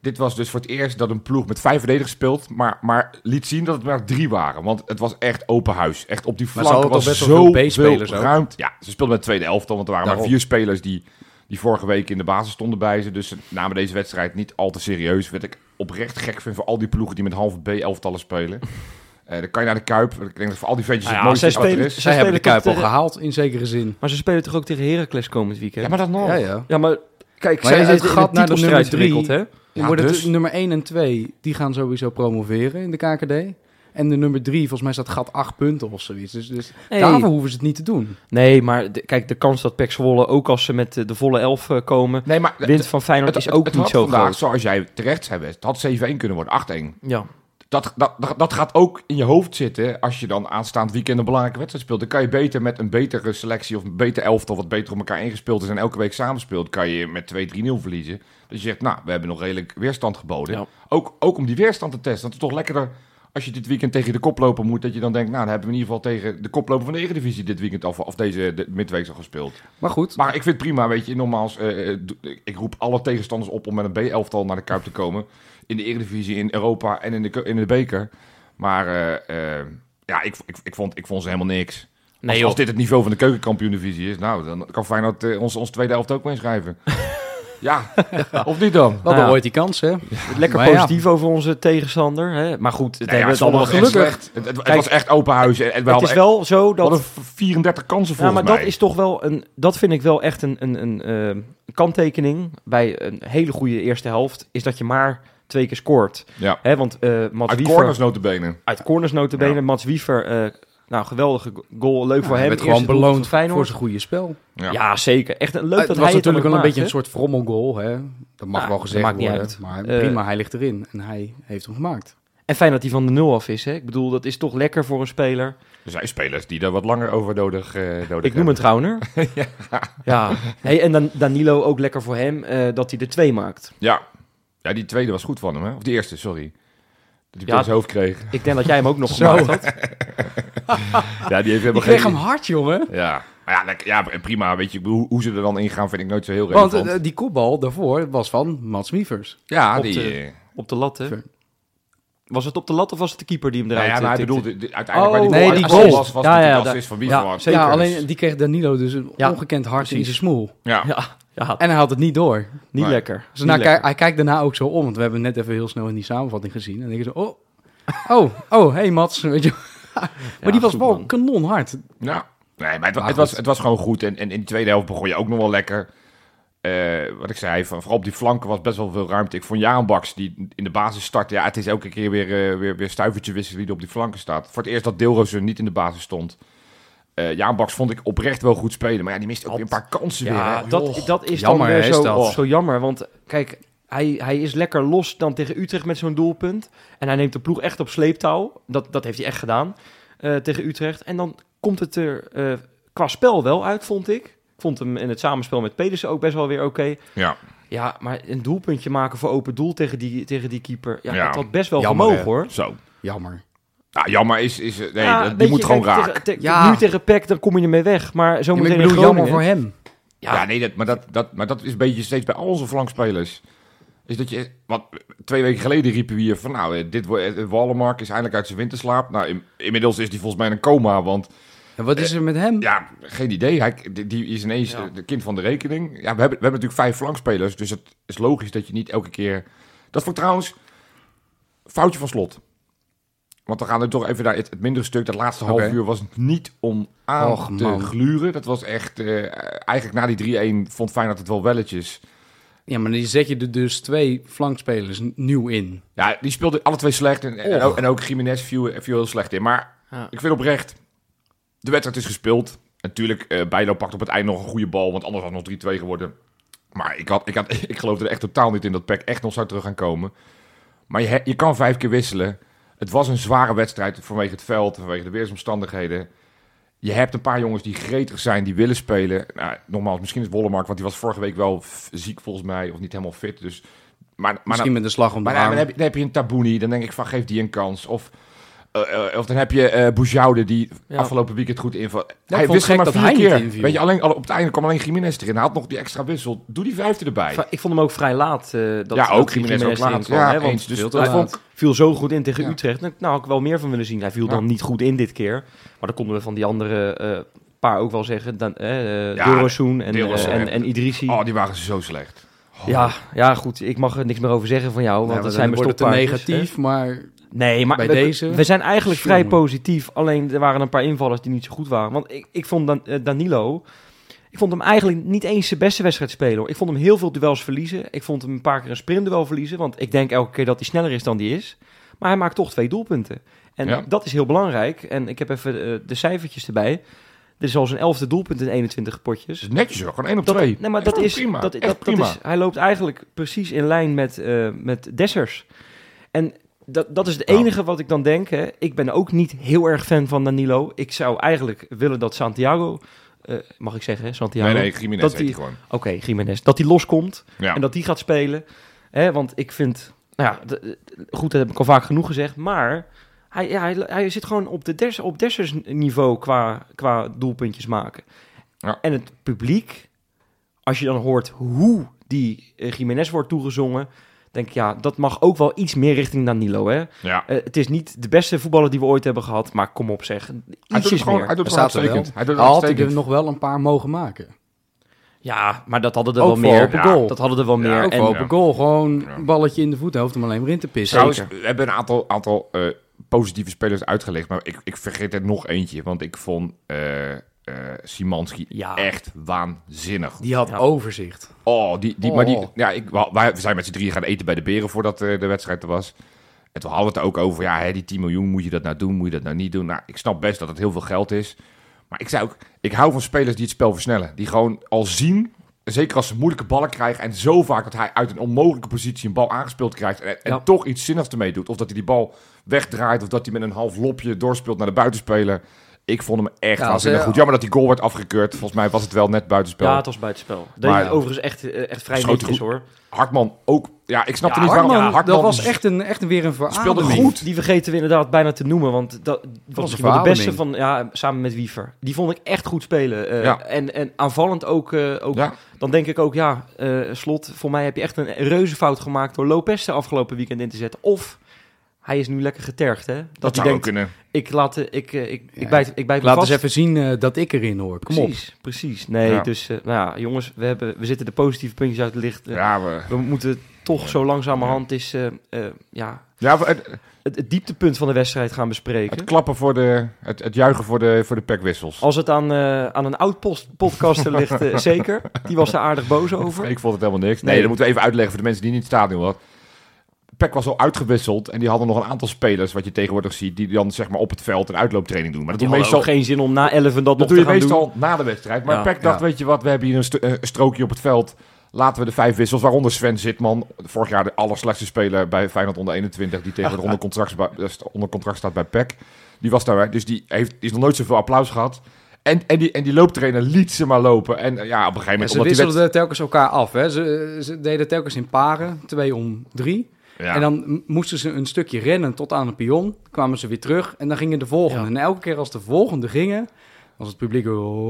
Speaker 1: Dit was dus voor het eerst dat een ploeg met vijf verdedigers speelt, maar, maar liet zien dat het maar drie waren. Want het was echt open huis. Echt op die
Speaker 3: Maar ze
Speaker 1: flanken
Speaker 3: hadden
Speaker 1: was
Speaker 3: toch best wel
Speaker 1: zo
Speaker 3: veel B-spelers ook?
Speaker 1: ruimte. Ja, ze speelden met tweede elftal, want er waren maar
Speaker 3: Daarom.
Speaker 1: vier spelers die, die vorige week in de basis stonden bij ze. Dus ze namen deze wedstrijd niet al te serieus. Werd ik oprecht gek vind voor al die ploegen die met halve B-elftallen spelen. Eh, dan kan je naar de Kuip. Ik denk dat voor al die ventjes
Speaker 2: Nou
Speaker 1: het
Speaker 2: ja, zij
Speaker 1: mooiste is wat er
Speaker 2: spelen-
Speaker 1: is.
Speaker 2: Ze
Speaker 3: Zij hebben de
Speaker 2: spelen
Speaker 3: Kuip al
Speaker 2: tegen-
Speaker 3: gehaald, in zekere zin.
Speaker 2: Maar ze spelen toch ook tegen Heracles komend weekend?
Speaker 1: Ja, maar dat nog.
Speaker 3: Ja, ja.
Speaker 2: Ja, maar kijk,
Speaker 3: Maar
Speaker 2: zij
Speaker 3: jij
Speaker 2: zijn
Speaker 3: zegt
Speaker 2: het gat
Speaker 3: gat naar
Speaker 2: naar
Speaker 3: de
Speaker 2: de
Speaker 3: nummer
Speaker 2: strijd verwikkeld,
Speaker 3: drie.
Speaker 2: hè?
Speaker 3: Dan
Speaker 1: Ja,
Speaker 3: worden
Speaker 1: dus?
Speaker 3: het nummer 1 en 2, die gaan sowieso promoveren in de KKD. En de nummer 3, volgens mij staat gat 8 punten of zoiets. Dus, dus
Speaker 2: Hey.
Speaker 3: daarvoor hoeven ze het niet te doen.
Speaker 2: Nee, maar de- kijk, de kans dat Pek Zwolle ook als ze met eh, de volle elf eh, komen,
Speaker 1: Nee, maar
Speaker 2: wint van Feyenoord is ook
Speaker 1: het
Speaker 2: niet
Speaker 1: had
Speaker 2: zo
Speaker 1: vandaag,
Speaker 2: groot.
Speaker 1: Zoals jij terecht zei, Wes, het had 7-1 kunnen worden, 8-1.
Speaker 2: Ja.
Speaker 1: Dat, dat, dat, dat gaat ook in je hoofd zitten als je dan aanstaand weekend een belangrijke wedstrijd speelt. Dan kan je beter met een betere selectie of een beter elftal wat beter op elkaar ingespeeld is en elke week samenspeelt, kan je met 2-3-0 verliezen. Dus je zegt, nou, we hebben nog redelijk weerstand geboden.
Speaker 2: Ja.
Speaker 1: Ook, ook om die weerstand te testen. Want het is toch lekkerder als je dit weekend tegen de koploper moet, dat je dan denkt, nou, dan hebben we in ieder geval tegen de koploper van de Eredivisie dit weekend al, of deze de, midweek al gespeeld.
Speaker 3: Maar goed,
Speaker 1: Maar ik vind het prima, weet je. Nogmaals, eh, eh, do- ik roep alle tegenstanders op om met een B-elftal naar de Kuip te komen. In de Eredivisie, in Europa en in de, ke- in de beker. Maar eh, eh, ja, ik, ik, ik, vond, ik vond ze helemaal niks. als,
Speaker 2: Nee, joh.
Speaker 1: als dit het niveau van de keukenkampioen-divisie is, nou, dan kan Feyenoord eh, ons, ons tweede elftal ook mee inschrijven. ja, of niet dan?
Speaker 3: we hadden
Speaker 2: ja.
Speaker 3: ooit die kans, hè?
Speaker 2: Lekker
Speaker 3: Maar ja.
Speaker 2: positief over onze tegenstander. Hè? Maar goed, het
Speaker 1: Nou
Speaker 2: hebben
Speaker 1: ja, het
Speaker 2: we het allemaal
Speaker 1: was echt
Speaker 2: gelukkig.
Speaker 1: slecht. Het, het- het
Speaker 2: Kijk,
Speaker 1: was echt open huis. En, en we
Speaker 2: Het
Speaker 1: hadden
Speaker 2: is
Speaker 1: echt-
Speaker 2: wel zo
Speaker 1: we
Speaker 2: dat...
Speaker 1: hadden 34 kansen
Speaker 2: Ja,
Speaker 1: volgens
Speaker 2: maar
Speaker 1: mij.
Speaker 2: dat is toch wel een. Dat vind ik wel echt een, een, een eh, kanttekening bij een hele goede eerste helft. Is dat je maar twee keer scoort.
Speaker 1: Ja.
Speaker 2: Hè, want eh Mats
Speaker 1: Uit
Speaker 2: Wiever-
Speaker 1: corners notabene.
Speaker 2: uit corners notabene.
Speaker 1: Ja.
Speaker 2: Mats Wiever, eh, nou geweldige goal. Leuk voor
Speaker 3: hij
Speaker 2: hem.
Speaker 3: werd gewoon
Speaker 2: Eerste doelpunt van
Speaker 3: beloond voor
Speaker 2: Feyenoord.
Speaker 3: zijn goede spel.
Speaker 1: Ja.
Speaker 2: Ja. zeker. Echt een leuk
Speaker 3: het
Speaker 2: dat
Speaker 3: was
Speaker 2: hij het dan
Speaker 3: natuurlijk wel een
Speaker 2: ook
Speaker 3: beetje een
Speaker 2: maakt,
Speaker 3: soort frommelgoal, hè? Dat mag
Speaker 2: Ja,
Speaker 3: wel
Speaker 2: dat
Speaker 3: gezegd
Speaker 2: maakt niet
Speaker 3: worden.
Speaker 2: uit.
Speaker 3: Maar
Speaker 2: Eh,
Speaker 3: prima, hij ligt erin en hij heeft hem gemaakt.
Speaker 2: hè. En fijn dat hij van de nul af is. Hè? Ik bedoel, dat is toch lekker voor een speler.
Speaker 1: Er zijn spelers die daar wat langer over nodig, eh nodig
Speaker 2: Ik noem
Speaker 1: hebben.
Speaker 2: het Rauner. ja. Hey, en dan Danilo ook lekker voor hem eh, dat hij er twee maakt.
Speaker 1: Ja. ja, die tweede was goed van hem, hè? Of die eerste, sorry. Dat hij
Speaker 2: Ja.
Speaker 1: ja. zijn hoofd kreeg.
Speaker 2: Ik denk dat jij hem ook nog
Speaker 3: Zo.
Speaker 2: gemaakt had.
Speaker 1: Ja, die heeft helemaal
Speaker 3: Ik kreeg hem hard, jongen.
Speaker 1: Ja, maar ja, lekker, ja, prima. Weet je, ik bedoel, hoe, hoe ze er dan ingaan vind ik nooit zo heel
Speaker 3: Want
Speaker 1: relevant.
Speaker 3: eh, die kopbal daarvoor was van Mats Wievers.
Speaker 1: ja,
Speaker 2: op
Speaker 1: die...
Speaker 2: de-
Speaker 1: eh,
Speaker 2: Op de lat, hè?
Speaker 3: Ver-
Speaker 2: Was het op de lat of was het de keeper die hem
Speaker 1: nou
Speaker 2: eruit
Speaker 1: ja, maar hij
Speaker 2: eh, tikte?
Speaker 1: bedoelde de- uiteindelijk
Speaker 3: Oh,
Speaker 1: bij
Speaker 3: nee,
Speaker 1: die
Speaker 3: die
Speaker 1: goal,
Speaker 3: assist.
Speaker 1: was, was
Speaker 2: Ja,
Speaker 1: ja,
Speaker 2: ja,
Speaker 1: de
Speaker 2: ja.
Speaker 1: assist van
Speaker 2: Ja,
Speaker 1: Wiever. Ja,
Speaker 2: zeker.
Speaker 3: Ja, alleen die kreeg Danilo dus een
Speaker 2: Ja,
Speaker 3: ongekend hard in
Speaker 2: precies.
Speaker 3: zijn smoel.
Speaker 1: ja.
Speaker 2: Ja, ja,
Speaker 3: En hij had het niet door.
Speaker 2: niet
Speaker 1: Nee.
Speaker 2: lekker.
Speaker 3: Dus
Speaker 2: Niet
Speaker 3: daarna
Speaker 2: lekker.
Speaker 3: kijk- hij kijkt daarna ook zo om, want we hebben het net even heel snel in die samenvatting gezien. En ik zo, oh, oh, oh, hey Mats, weet je. maar
Speaker 2: Ja,
Speaker 3: die was
Speaker 2: goed,
Speaker 3: wel
Speaker 2: man.
Speaker 3: kanonhard.
Speaker 1: Ja. Nee, maar het, wa-
Speaker 3: Maar
Speaker 1: het, was,
Speaker 3: goed.
Speaker 1: het was gewoon goed. En, en in de tweede helft begon je ook nog wel lekker. Eh, wat ik zei, van, vooral op die flanken was best wel veel ruimte. Ik vond Jaan Baks, die in de basis startte... Ja, het is elke keer weer, eh, weer, weer stuivertje wisselen wie er op die flanken staat. Voor het eerst dat Deelroos er niet in de basis stond. Eh Jaan Baks vond ik oprecht wel goed spelen. Maar ja, die miste ook weer een paar kansen
Speaker 2: Ja,
Speaker 1: weer. hè.
Speaker 2: dat,
Speaker 1: Joh.
Speaker 2: dat is
Speaker 3: Jammer,
Speaker 2: dan weer
Speaker 3: hè, is
Speaker 2: zo, oh,
Speaker 3: dat.
Speaker 2: zo jammer. Want kijk, hij, hij is lekker los dan tegen Utrecht met zo'n doelpunt. En hij neemt de ploeg echt op sleeptouw. Dat, dat heeft hij echt gedaan eh, tegen Utrecht. En dan komt het er eh, qua spel wel uit, vond ik. Ik vond hem in het samenspel met Pedersen ook best wel weer oké.
Speaker 1: Ja.
Speaker 2: Ja, maar een doelpuntje maken voor open doel tegen die, tegen die keeper. Ja,
Speaker 1: Ja.
Speaker 2: dat had best wel
Speaker 3: Jammer,
Speaker 2: gemogen,
Speaker 3: hè.
Speaker 2: hoor.
Speaker 1: Zo.
Speaker 3: Jammer.
Speaker 1: Nou, jammer is... is eh, nee,
Speaker 2: Ja,
Speaker 1: dat-
Speaker 2: weet
Speaker 1: die
Speaker 2: je,
Speaker 1: moet gewoon
Speaker 2: kijk,
Speaker 1: raak.
Speaker 2: tegen- tegen-
Speaker 3: Ja.
Speaker 2: Nu tegen PEC, dan kom je ermee weg. Maar zo
Speaker 3: Ja, maar
Speaker 2: meteen
Speaker 3: ik
Speaker 2: in
Speaker 3: bedoel, jammer
Speaker 2: Groningen-
Speaker 3: voor hem.
Speaker 1: Ja, nee, dat, maar, dat, dat, maar dat is een beetje steeds bij al onze flankspelers. Is dat je, want twee weken geleden riepen we hier van, nou, eh, dit wo- eh, Wallenmark is eindelijk uit zijn winterslaap. Nou, in- inmiddels is die volgens mij in een coma, want
Speaker 3: En wat is er met hem?
Speaker 1: ja, geen idee. Hij, die, die is ineens
Speaker 2: Ja.
Speaker 1: eh, de kind van de rekening. Ja, we hebben, we hebben natuurlijk vijf flankspelers, dus het is logisch dat je niet elke keer... Dat vond ik trouwens foutje van slot. Want dan gaan we toch even naar het, het mindere stuk. Dat laatste half
Speaker 3: Oké.
Speaker 1: uur was niet om aan
Speaker 3: Och,
Speaker 1: te
Speaker 3: man.
Speaker 1: gluren. Dat was echt... eh, eigenlijk na die 3-1 vond Feyenoord het wel welletjes.
Speaker 3: Ja, maar dan zet je er dus twee flankspelers n- nieuw in.
Speaker 1: Ja, die speelde alle twee slecht. En, en,
Speaker 3: Och.
Speaker 1: ook, en ook Jiménez viel, viel heel slecht in. Maar
Speaker 2: Ja.
Speaker 1: ik vind oprecht, de wedstrijd is gespeeld. Natuurlijk, eh Bijlo pakt op het einde nog een goede bal. Want anders had het nog 3-2 geworden. Maar ik, had, ik, had, ik geloofde er echt totaal niet in dat Peck echt nog zou terug gaan komen. Maar je, he- je kan vijf keer wisselen. Het was een zware wedstrijd vanwege het veld, vanwege de weersomstandigheden. Je hebt een paar jongens die gretig zijn, die willen spelen. Nou, nogmaals, misschien is Wollemark, want die was vorige week wel f- ziek volgens mij. Of niet helemaal fit. Dus, maar, maar
Speaker 3: Misschien met de slag om de
Speaker 1: maar dan,
Speaker 3: arm.
Speaker 1: dan heb je, dan heb je een Tabouni, dan denk ik van geef die een kans. Of eh, eh, eh, of dan heb je eh Boujoude die
Speaker 2: Ja.
Speaker 1: afgelopen weekend goed
Speaker 3: ik
Speaker 1: invalt. hij
Speaker 3: vond het
Speaker 1: wisselde
Speaker 3: gek dat
Speaker 1: maar vier
Speaker 3: hij niet
Speaker 1: keer.
Speaker 3: inviel.
Speaker 1: Weet je, alleen, al- op het einde kwam alleen Jiménez erin. Hij had nog die extra wissel. Doe die vijfde erbij.
Speaker 2: Va- Ik vond hem ook vrij laat. eh, dat,
Speaker 1: ja, ook
Speaker 2: dat
Speaker 1: Jiménez ook
Speaker 2: Jiménez erin
Speaker 1: laat.
Speaker 2: kwam,
Speaker 1: Ja,
Speaker 2: hè, want
Speaker 1: eens. Dus
Speaker 3: veel te
Speaker 1: dat
Speaker 3: laat.
Speaker 1: vond ik-
Speaker 2: viel zo goed in tegen
Speaker 1: Ja.
Speaker 2: Utrecht. Nou, nou, had ik wel meer van willen zien. Hij viel
Speaker 1: Ja.
Speaker 2: dan niet goed in dit keer. Maar dat konden we van die andere eh, paar ook wel zeggen. Dan, eh eh,
Speaker 1: Ja,
Speaker 2: Deurossoen en,
Speaker 1: Deurossoen.
Speaker 2: eh, en, en Idrissi.
Speaker 1: Oh, die waren zo slecht. Oh.
Speaker 2: ja, ja, goed. Ik mag er niks meer over zeggen van jou. Want
Speaker 3: Nou,
Speaker 2: dat
Speaker 3: dan
Speaker 2: zijn mijn
Speaker 3: wordt het te
Speaker 2: stokpaardjes, hè.
Speaker 3: negatief, maar
Speaker 2: Nee, maar
Speaker 3: Bij
Speaker 2: we,
Speaker 3: deze?
Speaker 2: we zijn eigenlijk
Speaker 3: Jongen.
Speaker 2: vrij positief. Alleen er waren een paar invallers die niet zo goed waren. Want ik, ik vond Dan, eh, Danilo... Ik vond hem eigenlijk niet eens zijn beste wedstrijd spelen. Hoor. Ik vond hem heel veel duels verliezen. Ik vond hem een paar keer een sprintduel verliezen. Want ik denk elke keer dat hij sneller is dan die is. Maar hij maakt toch twee doelpunten. En
Speaker 1: Ja.
Speaker 2: dat is heel belangrijk. En ik heb even eh, de cijfertjes erbij. Dit is al zijn elfde doelpunt in 21 potjes.
Speaker 1: Dus netjes hoor, gewoon één op
Speaker 2: Dat-
Speaker 1: twee.
Speaker 2: Nee, maar
Speaker 1: Echt
Speaker 2: dat is,
Speaker 1: prima.
Speaker 2: Dat,
Speaker 1: Echt
Speaker 2: dat, dat
Speaker 1: prima.
Speaker 2: is, hij loopt eigenlijk precies in lijn met, eh, met Dessers. En dat, dat is het
Speaker 1: Ja.
Speaker 2: enige wat ik dan denk. Hè. Ik ben ook niet heel erg fan van Danilo. Ik zou eigenlijk willen dat Santiago, eh, mag ik zeggen, hè, Santiago?
Speaker 1: nee, nee, Jiménez
Speaker 2: dat
Speaker 1: heet
Speaker 2: die-
Speaker 1: die gewoon.
Speaker 2: Oké, Jiménez. Dat hij loskomt
Speaker 1: Ja.
Speaker 2: en dat die gaat spelen. Hè, want ik vind, nou ja, d- d- goed, dat heb ik al vaak genoeg gezegd. Maar hij, ja, hij, hij zit gewoon op, de des, op Dessers niveau qua, qua doelpuntjes maken.
Speaker 1: Ja.
Speaker 2: En het publiek, als je dan hoort hoe die eh, Jiménez wordt toegezongen... denk ik, ja, dat mag ook wel iets meer richting Danilo, hè?
Speaker 1: ja.
Speaker 2: Eh, het is niet de beste voetballer die we ooit hebben gehad, maar kom op zeg.
Speaker 1: Hij doet
Speaker 2: Ietsjes
Speaker 1: het gewoon, hij
Speaker 2: meer.
Speaker 1: doet het
Speaker 3: Hij
Speaker 1: gewoon
Speaker 3: staat er wel.
Speaker 1: uitstekend. Hij doet het
Speaker 3: had ik
Speaker 1: uitstekend.
Speaker 3: er nog wel een paar mogen maken.
Speaker 2: Ja, maar dat hadden er
Speaker 3: Ook
Speaker 2: wel
Speaker 3: voor
Speaker 2: meer.
Speaker 3: open
Speaker 2: Ja,
Speaker 3: goal.
Speaker 2: Dat hadden er wel meer.
Speaker 3: Ja, ook
Speaker 2: En-
Speaker 3: wel open
Speaker 1: ja.
Speaker 3: goal. Gewoon
Speaker 1: Ja.
Speaker 3: een balletje in de voet. Hij hoeft hem alleen maar in te pissen.
Speaker 1: Trouwens,
Speaker 2: Zeker.
Speaker 1: we hebben een aantal, aantal eh, positieve spelers uitgelegd. Maar ik, ik vergeet er nog eentje. Want ik vond eh eh, Simanski
Speaker 2: Ja.
Speaker 1: echt waanzinnig.
Speaker 3: Die had
Speaker 2: Ja.
Speaker 3: overzicht.
Speaker 1: Oh, die, die, maar die,
Speaker 3: Oh.
Speaker 1: ja, ik, wa- wij, we zijn met z'n drieën gaan eten bij de Beren voordat eh, de wedstrijd er was. En toen hadden we het er ook over, ja, hè, die 10 miljoen, moet je dat nou doen, moet je dat nou niet doen? Nou, ik snap best dat het heel veel geld is. Maar ik zei ook, ik hou van spelers die het spel versnellen. Die gewoon al zien, zeker als ze moeilijke ballen krijgen... en zo vaak dat hij uit een onmogelijke positie een bal aangespeeld krijgt... en, en
Speaker 2: Ja.
Speaker 1: toch iets zinnigs ermee doet. Of dat hij die bal wegdraait, of dat hij met een half lopje doorspeelt naar de buitenspeler... Ik vond hem echt
Speaker 3: Ja,
Speaker 1: waanzinnig
Speaker 3: ze-
Speaker 1: goed. Jammer dat die goal werd afgekeurd. Volgens mij was het wel net buitenspel.
Speaker 2: Ja, het was buitenspel. Deed
Speaker 1: Maar-
Speaker 2: hij overigens echt, eh, echt vrij
Speaker 1: Schoot
Speaker 2: netjes
Speaker 1: goed.
Speaker 2: hoor.
Speaker 1: Hartman ook. Ja, ik snap
Speaker 2: Ja,
Speaker 1: er niet
Speaker 3: Hartman,
Speaker 1: waarom. Ja, Hartman
Speaker 3: dat was
Speaker 1: is-
Speaker 3: echt, een, echt weer een verademing.
Speaker 1: speelde
Speaker 2: Die-
Speaker 1: goed.
Speaker 2: Die vergeten we inderdaad bijna te noemen, want dat was misschien wel de
Speaker 3: verademing.
Speaker 2: beste van, ja, samen met Wiever. Die vond ik echt goed spelen. eh,
Speaker 1: Ja.
Speaker 2: en, en aanvallend ook, eh, ook.
Speaker 1: Ja,
Speaker 2: Dan denk ik ook, ja, eh, slot, voor mij heb je echt een reuze fout gemaakt door Lopez de afgelopen weekend in te zetten. Of hij is nu lekker getergd, hè? Dat,
Speaker 1: dat
Speaker 2: hij
Speaker 1: zou ook
Speaker 2: denkt,
Speaker 1: kunnen.
Speaker 2: ik laat, eh, ik, eh, ik,
Speaker 3: Ja,
Speaker 2: ik bijt, ik bijt
Speaker 3: Laat
Speaker 2: me vast.
Speaker 3: eens even zien eh, dat ik erin hoor. Kom op.
Speaker 2: precies, precies. Nee,
Speaker 1: Ja.
Speaker 2: dus, eh, nou ja, jongens, we, hebben, we zitten de positieve puntjes uit het licht. eh,
Speaker 1: Ja, we,
Speaker 2: We moeten toch zo langzamerhand is, eh, eh, ja,
Speaker 1: ja we- het,
Speaker 2: het, het dieptepunt van de wedstrijd gaan bespreken.
Speaker 1: het klappen voor de... Het, het juichen voor de, voor de packwissels.
Speaker 2: Als het aan, eh, aan een oud post- podcaster ligt, eh, zeker. Die was daar aardig boos over.
Speaker 1: Ik vond het helemaal niks. Nee,
Speaker 2: Nee.
Speaker 1: dat moeten we even uitleggen voor de mensen die niet in het stadion waren. Peck was al uitgewisseld en die hadden nog een aantal spelers, wat je tegenwoordig ziet, die dan zeg maar op het veld een uitlooptraining doen. Maar dat
Speaker 2: Die
Speaker 1: doe je
Speaker 2: hadden
Speaker 1: meestal,
Speaker 2: ook geen zin om na 11 en dat,
Speaker 1: dat
Speaker 2: nog
Speaker 1: doe
Speaker 2: te
Speaker 1: je
Speaker 2: gaan doen.
Speaker 1: meestal na de wedstrijd. Maar
Speaker 2: Ja,
Speaker 1: Peck dacht,
Speaker 3: ja.
Speaker 1: weet je wat, we hebben hier een, st- eh, strookje op het veld. Laten we de vijf wissels, waaronder Sven Zitman, vorig jaar de allerslechtste speler bij Feyenoord onder 21, die tegenwoordig onder contract, spa- eh, st- onder contract staat bij Peck. Die was daarbij, dus die heeft die is nog nooit zoveel applaus gehad. En, en, die, en die looptrainer liet ze maar lopen. En eh, ja, op een gegeven
Speaker 3: En
Speaker 1: moment...
Speaker 3: ze
Speaker 1: omdat die
Speaker 3: wisselden telkens elkaar af. Hè. Ze, eh, ze deden telkens in paren. Twee om drie.
Speaker 1: wed- Ja.
Speaker 3: En dan m- moesten ze een stukje rennen tot aan een pion. Kwamen ze weer terug en dan gingen de volgende.
Speaker 2: Ja.
Speaker 3: En elke keer als de volgende gingen, was het publiek...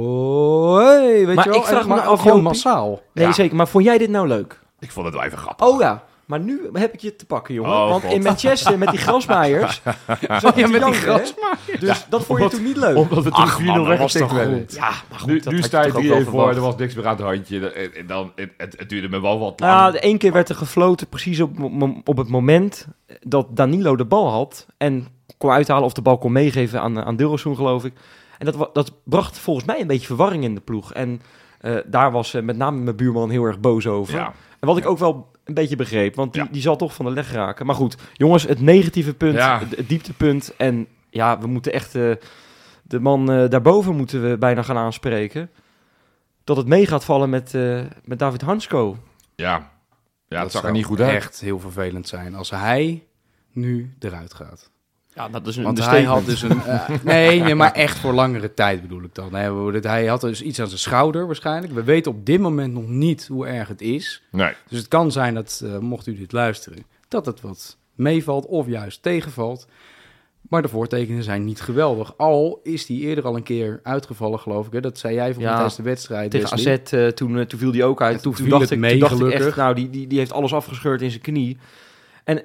Speaker 3: "Hoi", weet
Speaker 2: Maar
Speaker 3: je wel?
Speaker 2: ik vraag
Speaker 3: En-
Speaker 2: me
Speaker 3: maar
Speaker 2: af,
Speaker 3: gewoon
Speaker 2: Jopie.
Speaker 3: massaal.
Speaker 2: Nee,
Speaker 1: Ja.
Speaker 2: zeker. Maar vond jij dit nou leuk?
Speaker 1: Ik vond het wel even grappig.
Speaker 2: Oh ja. Maar nu heb ik je te pakken, jongen.
Speaker 1: Oh,
Speaker 2: Want
Speaker 1: God.
Speaker 2: in Manchester met die grasmaaiers...
Speaker 3: Ja, met die
Speaker 2: grasmaaiers. Dus dat vond je toen niet leuk.
Speaker 1: Omdat we toen
Speaker 3: Ach,
Speaker 1: 4-0
Speaker 3: man, dat was
Speaker 1: weggetikt
Speaker 3: toch
Speaker 1: werden.
Speaker 3: goed.
Speaker 2: Ja, maar goed.
Speaker 1: Nu,
Speaker 2: dat
Speaker 1: nu
Speaker 2: had je
Speaker 1: sta
Speaker 2: toch ook
Speaker 1: je
Speaker 2: wel
Speaker 1: 3-1 voor,
Speaker 2: verwacht.
Speaker 1: er was niks meer aan het handje. En, en dan, het, het, het duurde me wel wat lang.
Speaker 2: Nou, de één keer werd er gefloten precies op, mom- op het moment dat Danilo de bal had. En kon uithalen of de bal kon meegeven aan, eh, aan Dilrosun, geloof ik. En dat, wa- dat bracht volgens mij een beetje verwarring in de ploeg. En eh, daar was eh, met name mijn buurman heel erg boos over.
Speaker 1: ja.
Speaker 2: En wat ik ook wel een beetje begreep, want die,
Speaker 1: Ja.
Speaker 2: die zal toch van de leg raken. Maar goed, jongens, het negatieve punt,
Speaker 1: Ja.
Speaker 2: het, het dieptepunt. En ja, we moeten echt eh, de man eh, daarboven moeten we bijna gaan aanspreken. Dat het mee gaat vallen met, eh, met David Hansko.
Speaker 1: ja. ja, dat zag er
Speaker 3: zou
Speaker 1: niet goed uit.
Speaker 3: echt heel vervelend zijn als hij nu eruit gaat.
Speaker 2: Ja, dat is een
Speaker 3: Want hij had dus een... eh, nee, nee, maar echt voor langere tijd bedoel ik dan. Hè. We- dat- Hij had dus iets aan zijn schouder waarschijnlijk. We weten op dit moment nog niet hoe erg het is.
Speaker 1: Nee.
Speaker 3: Dus het kan zijn dat, eh, mocht u dit luisteren, dat het wat meevalt of juist tegenvalt. Maar de voortekenen zijn niet geweldig. Al is die eerder al een keer uitgevallen, geloof ik. Hè? Dat zei jij van
Speaker 2: Ja,
Speaker 3: tijdens de wedstrijd.
Speaker 2: Tegen AZ,
Speaker 3: Wesley.
Speaker 2: eh, toen, eh, toen viel die ook uit.
Speaker 3: En toen viel het mee,
Speaker 2: toen dacht ik echt,
Speaker 3: gelukkig.
Speaker 2: nou, die, die, die heeft alles afgescheurd in zijn knie. En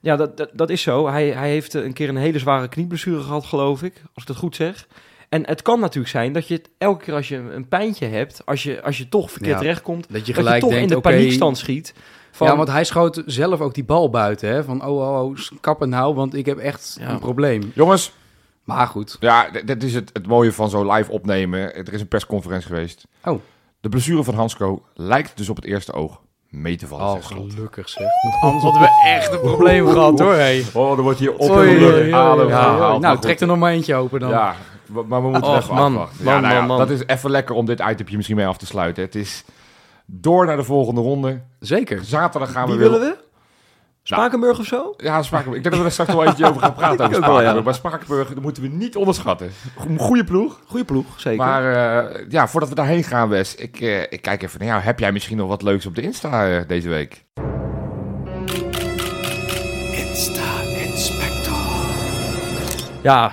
Speaker 2: ja, dat, dat, dat is zo. Hij, hij heeft eh, een keer een hele zware knieblessure gehad, geloof ik. Als ik dat goed zeg. En het kan natuurlijk zijn dat je het elke keer als je een pijntje hebt, als je, als je toch verkeerd
Speaker 3: Ja,
Speaker 2: terechtkomt,
Speaker 3: Dat je
Speaker 2: dat je
Speaker 3: gelijk
Speaker 2: toch
Speaker 3: denkt,
Speaker 2: in de
Speaker 3: oké,
Speaker 2: paniekstand schiet. Van,
Speaker 3: Ja, want hij schoot zelf ook die bal buiten. Hè? Van, oh, oh, oh, kap het nou, want ik heb echt
Speaker 2: Ja.
Speaker 3: een probleem.
Speaker 1: Jongens,
Speaker 3: Maar goed.
Speaker 1: ja, d- dat is het, het mooie van zo live opnemen. Er is een persconferentie geweest.
Speaker 3: Oh.
Speaker 1: De blessure van Hansco lijkt dus op het eerste oog mee te vallen.
Speaker 3: Oh,
Speaker 1: zegt Slot.
Speaker 3: gelukkig zeg. Want Anders hadden we echt een probleem gehad hoor. Hey.
Speaker 1: Oh, dan wordt hier op
Speaker 3: Oei, oei, oei, oei.
Speaker 1: adem
Speaker 3: Ja,
Speaker 1: gehaald. Maar
Speaker 3: Nou,
Speaker 1: goed,
Speaker 3: trek er nog maar eentje open dan.
Speaker 1: Ja, w- maar we moeten
Speaker 2: Och,
Speaker 1: even
Speaker 2: man,
Speaker 1: afwachten.
Speaker 2: man,
Speaker 1: ja, nou ja,
Speaker 2: man, man.
Speaker 1: Dat is even lekker om dit itemje misschien mee af te sluiten. Het is door naar de volgende ronde.
Speaker 3: Zeker.
Speaker 1: Zaterdag gaan
Speaker 2: wie
Speaker 1: we weer...
Speaker 2: willen we?
Speaker 3: Nou.
Speaker 2: Spakenburg of zo?
Speaker 1: Ja, Spakenburg. Ik denk dat we er straks wel eventjes over gaan praten over
Speaker 2: Ik ook wel, ja.
Speaker 1: Spakenburg. Maar Spakenburg, dat moeten we niet onderschatten. Go- Goede ploeg.
Speaker 2: Goeie ploeg, zeker.
Speaker 1: Maar eh, ja, voordat we daarheen gaan, Wes, ik, eh, ik kijk even naar jou. Heb jij misschien nog wat leuks op de Insta eh, deze week?
Speaker 2: Ja,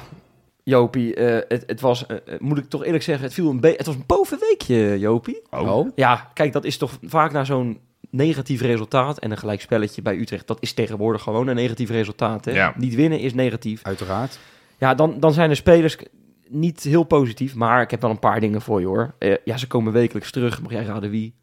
Speaker 2: Jopie, eh, het, het was, eh, eh, moet ik toch eerlijk zeggen, het, viel een be- het was een bovenweekje, Jopie.
Speaker 3: Oh.
Speaker 2: Ja, kijk, dat is toch vaak na zo'n negatief resultaat en een gelijk spelletje bij Utrecht. Dat is tegenwoordig gewoon een negatief resultaat. Hè?
Speaker 1: Ja.
Speaker 2: Niet winnen is negatief.
Speaker 3: Uiteraard.
Speaker 2: Ja, dan, dan zijn de spelers k- niet heel positief, maar ik heb wel een paar dingen voor je hoor. Eh, ja, ze komen wekelijks terug. Mag jij raden wie?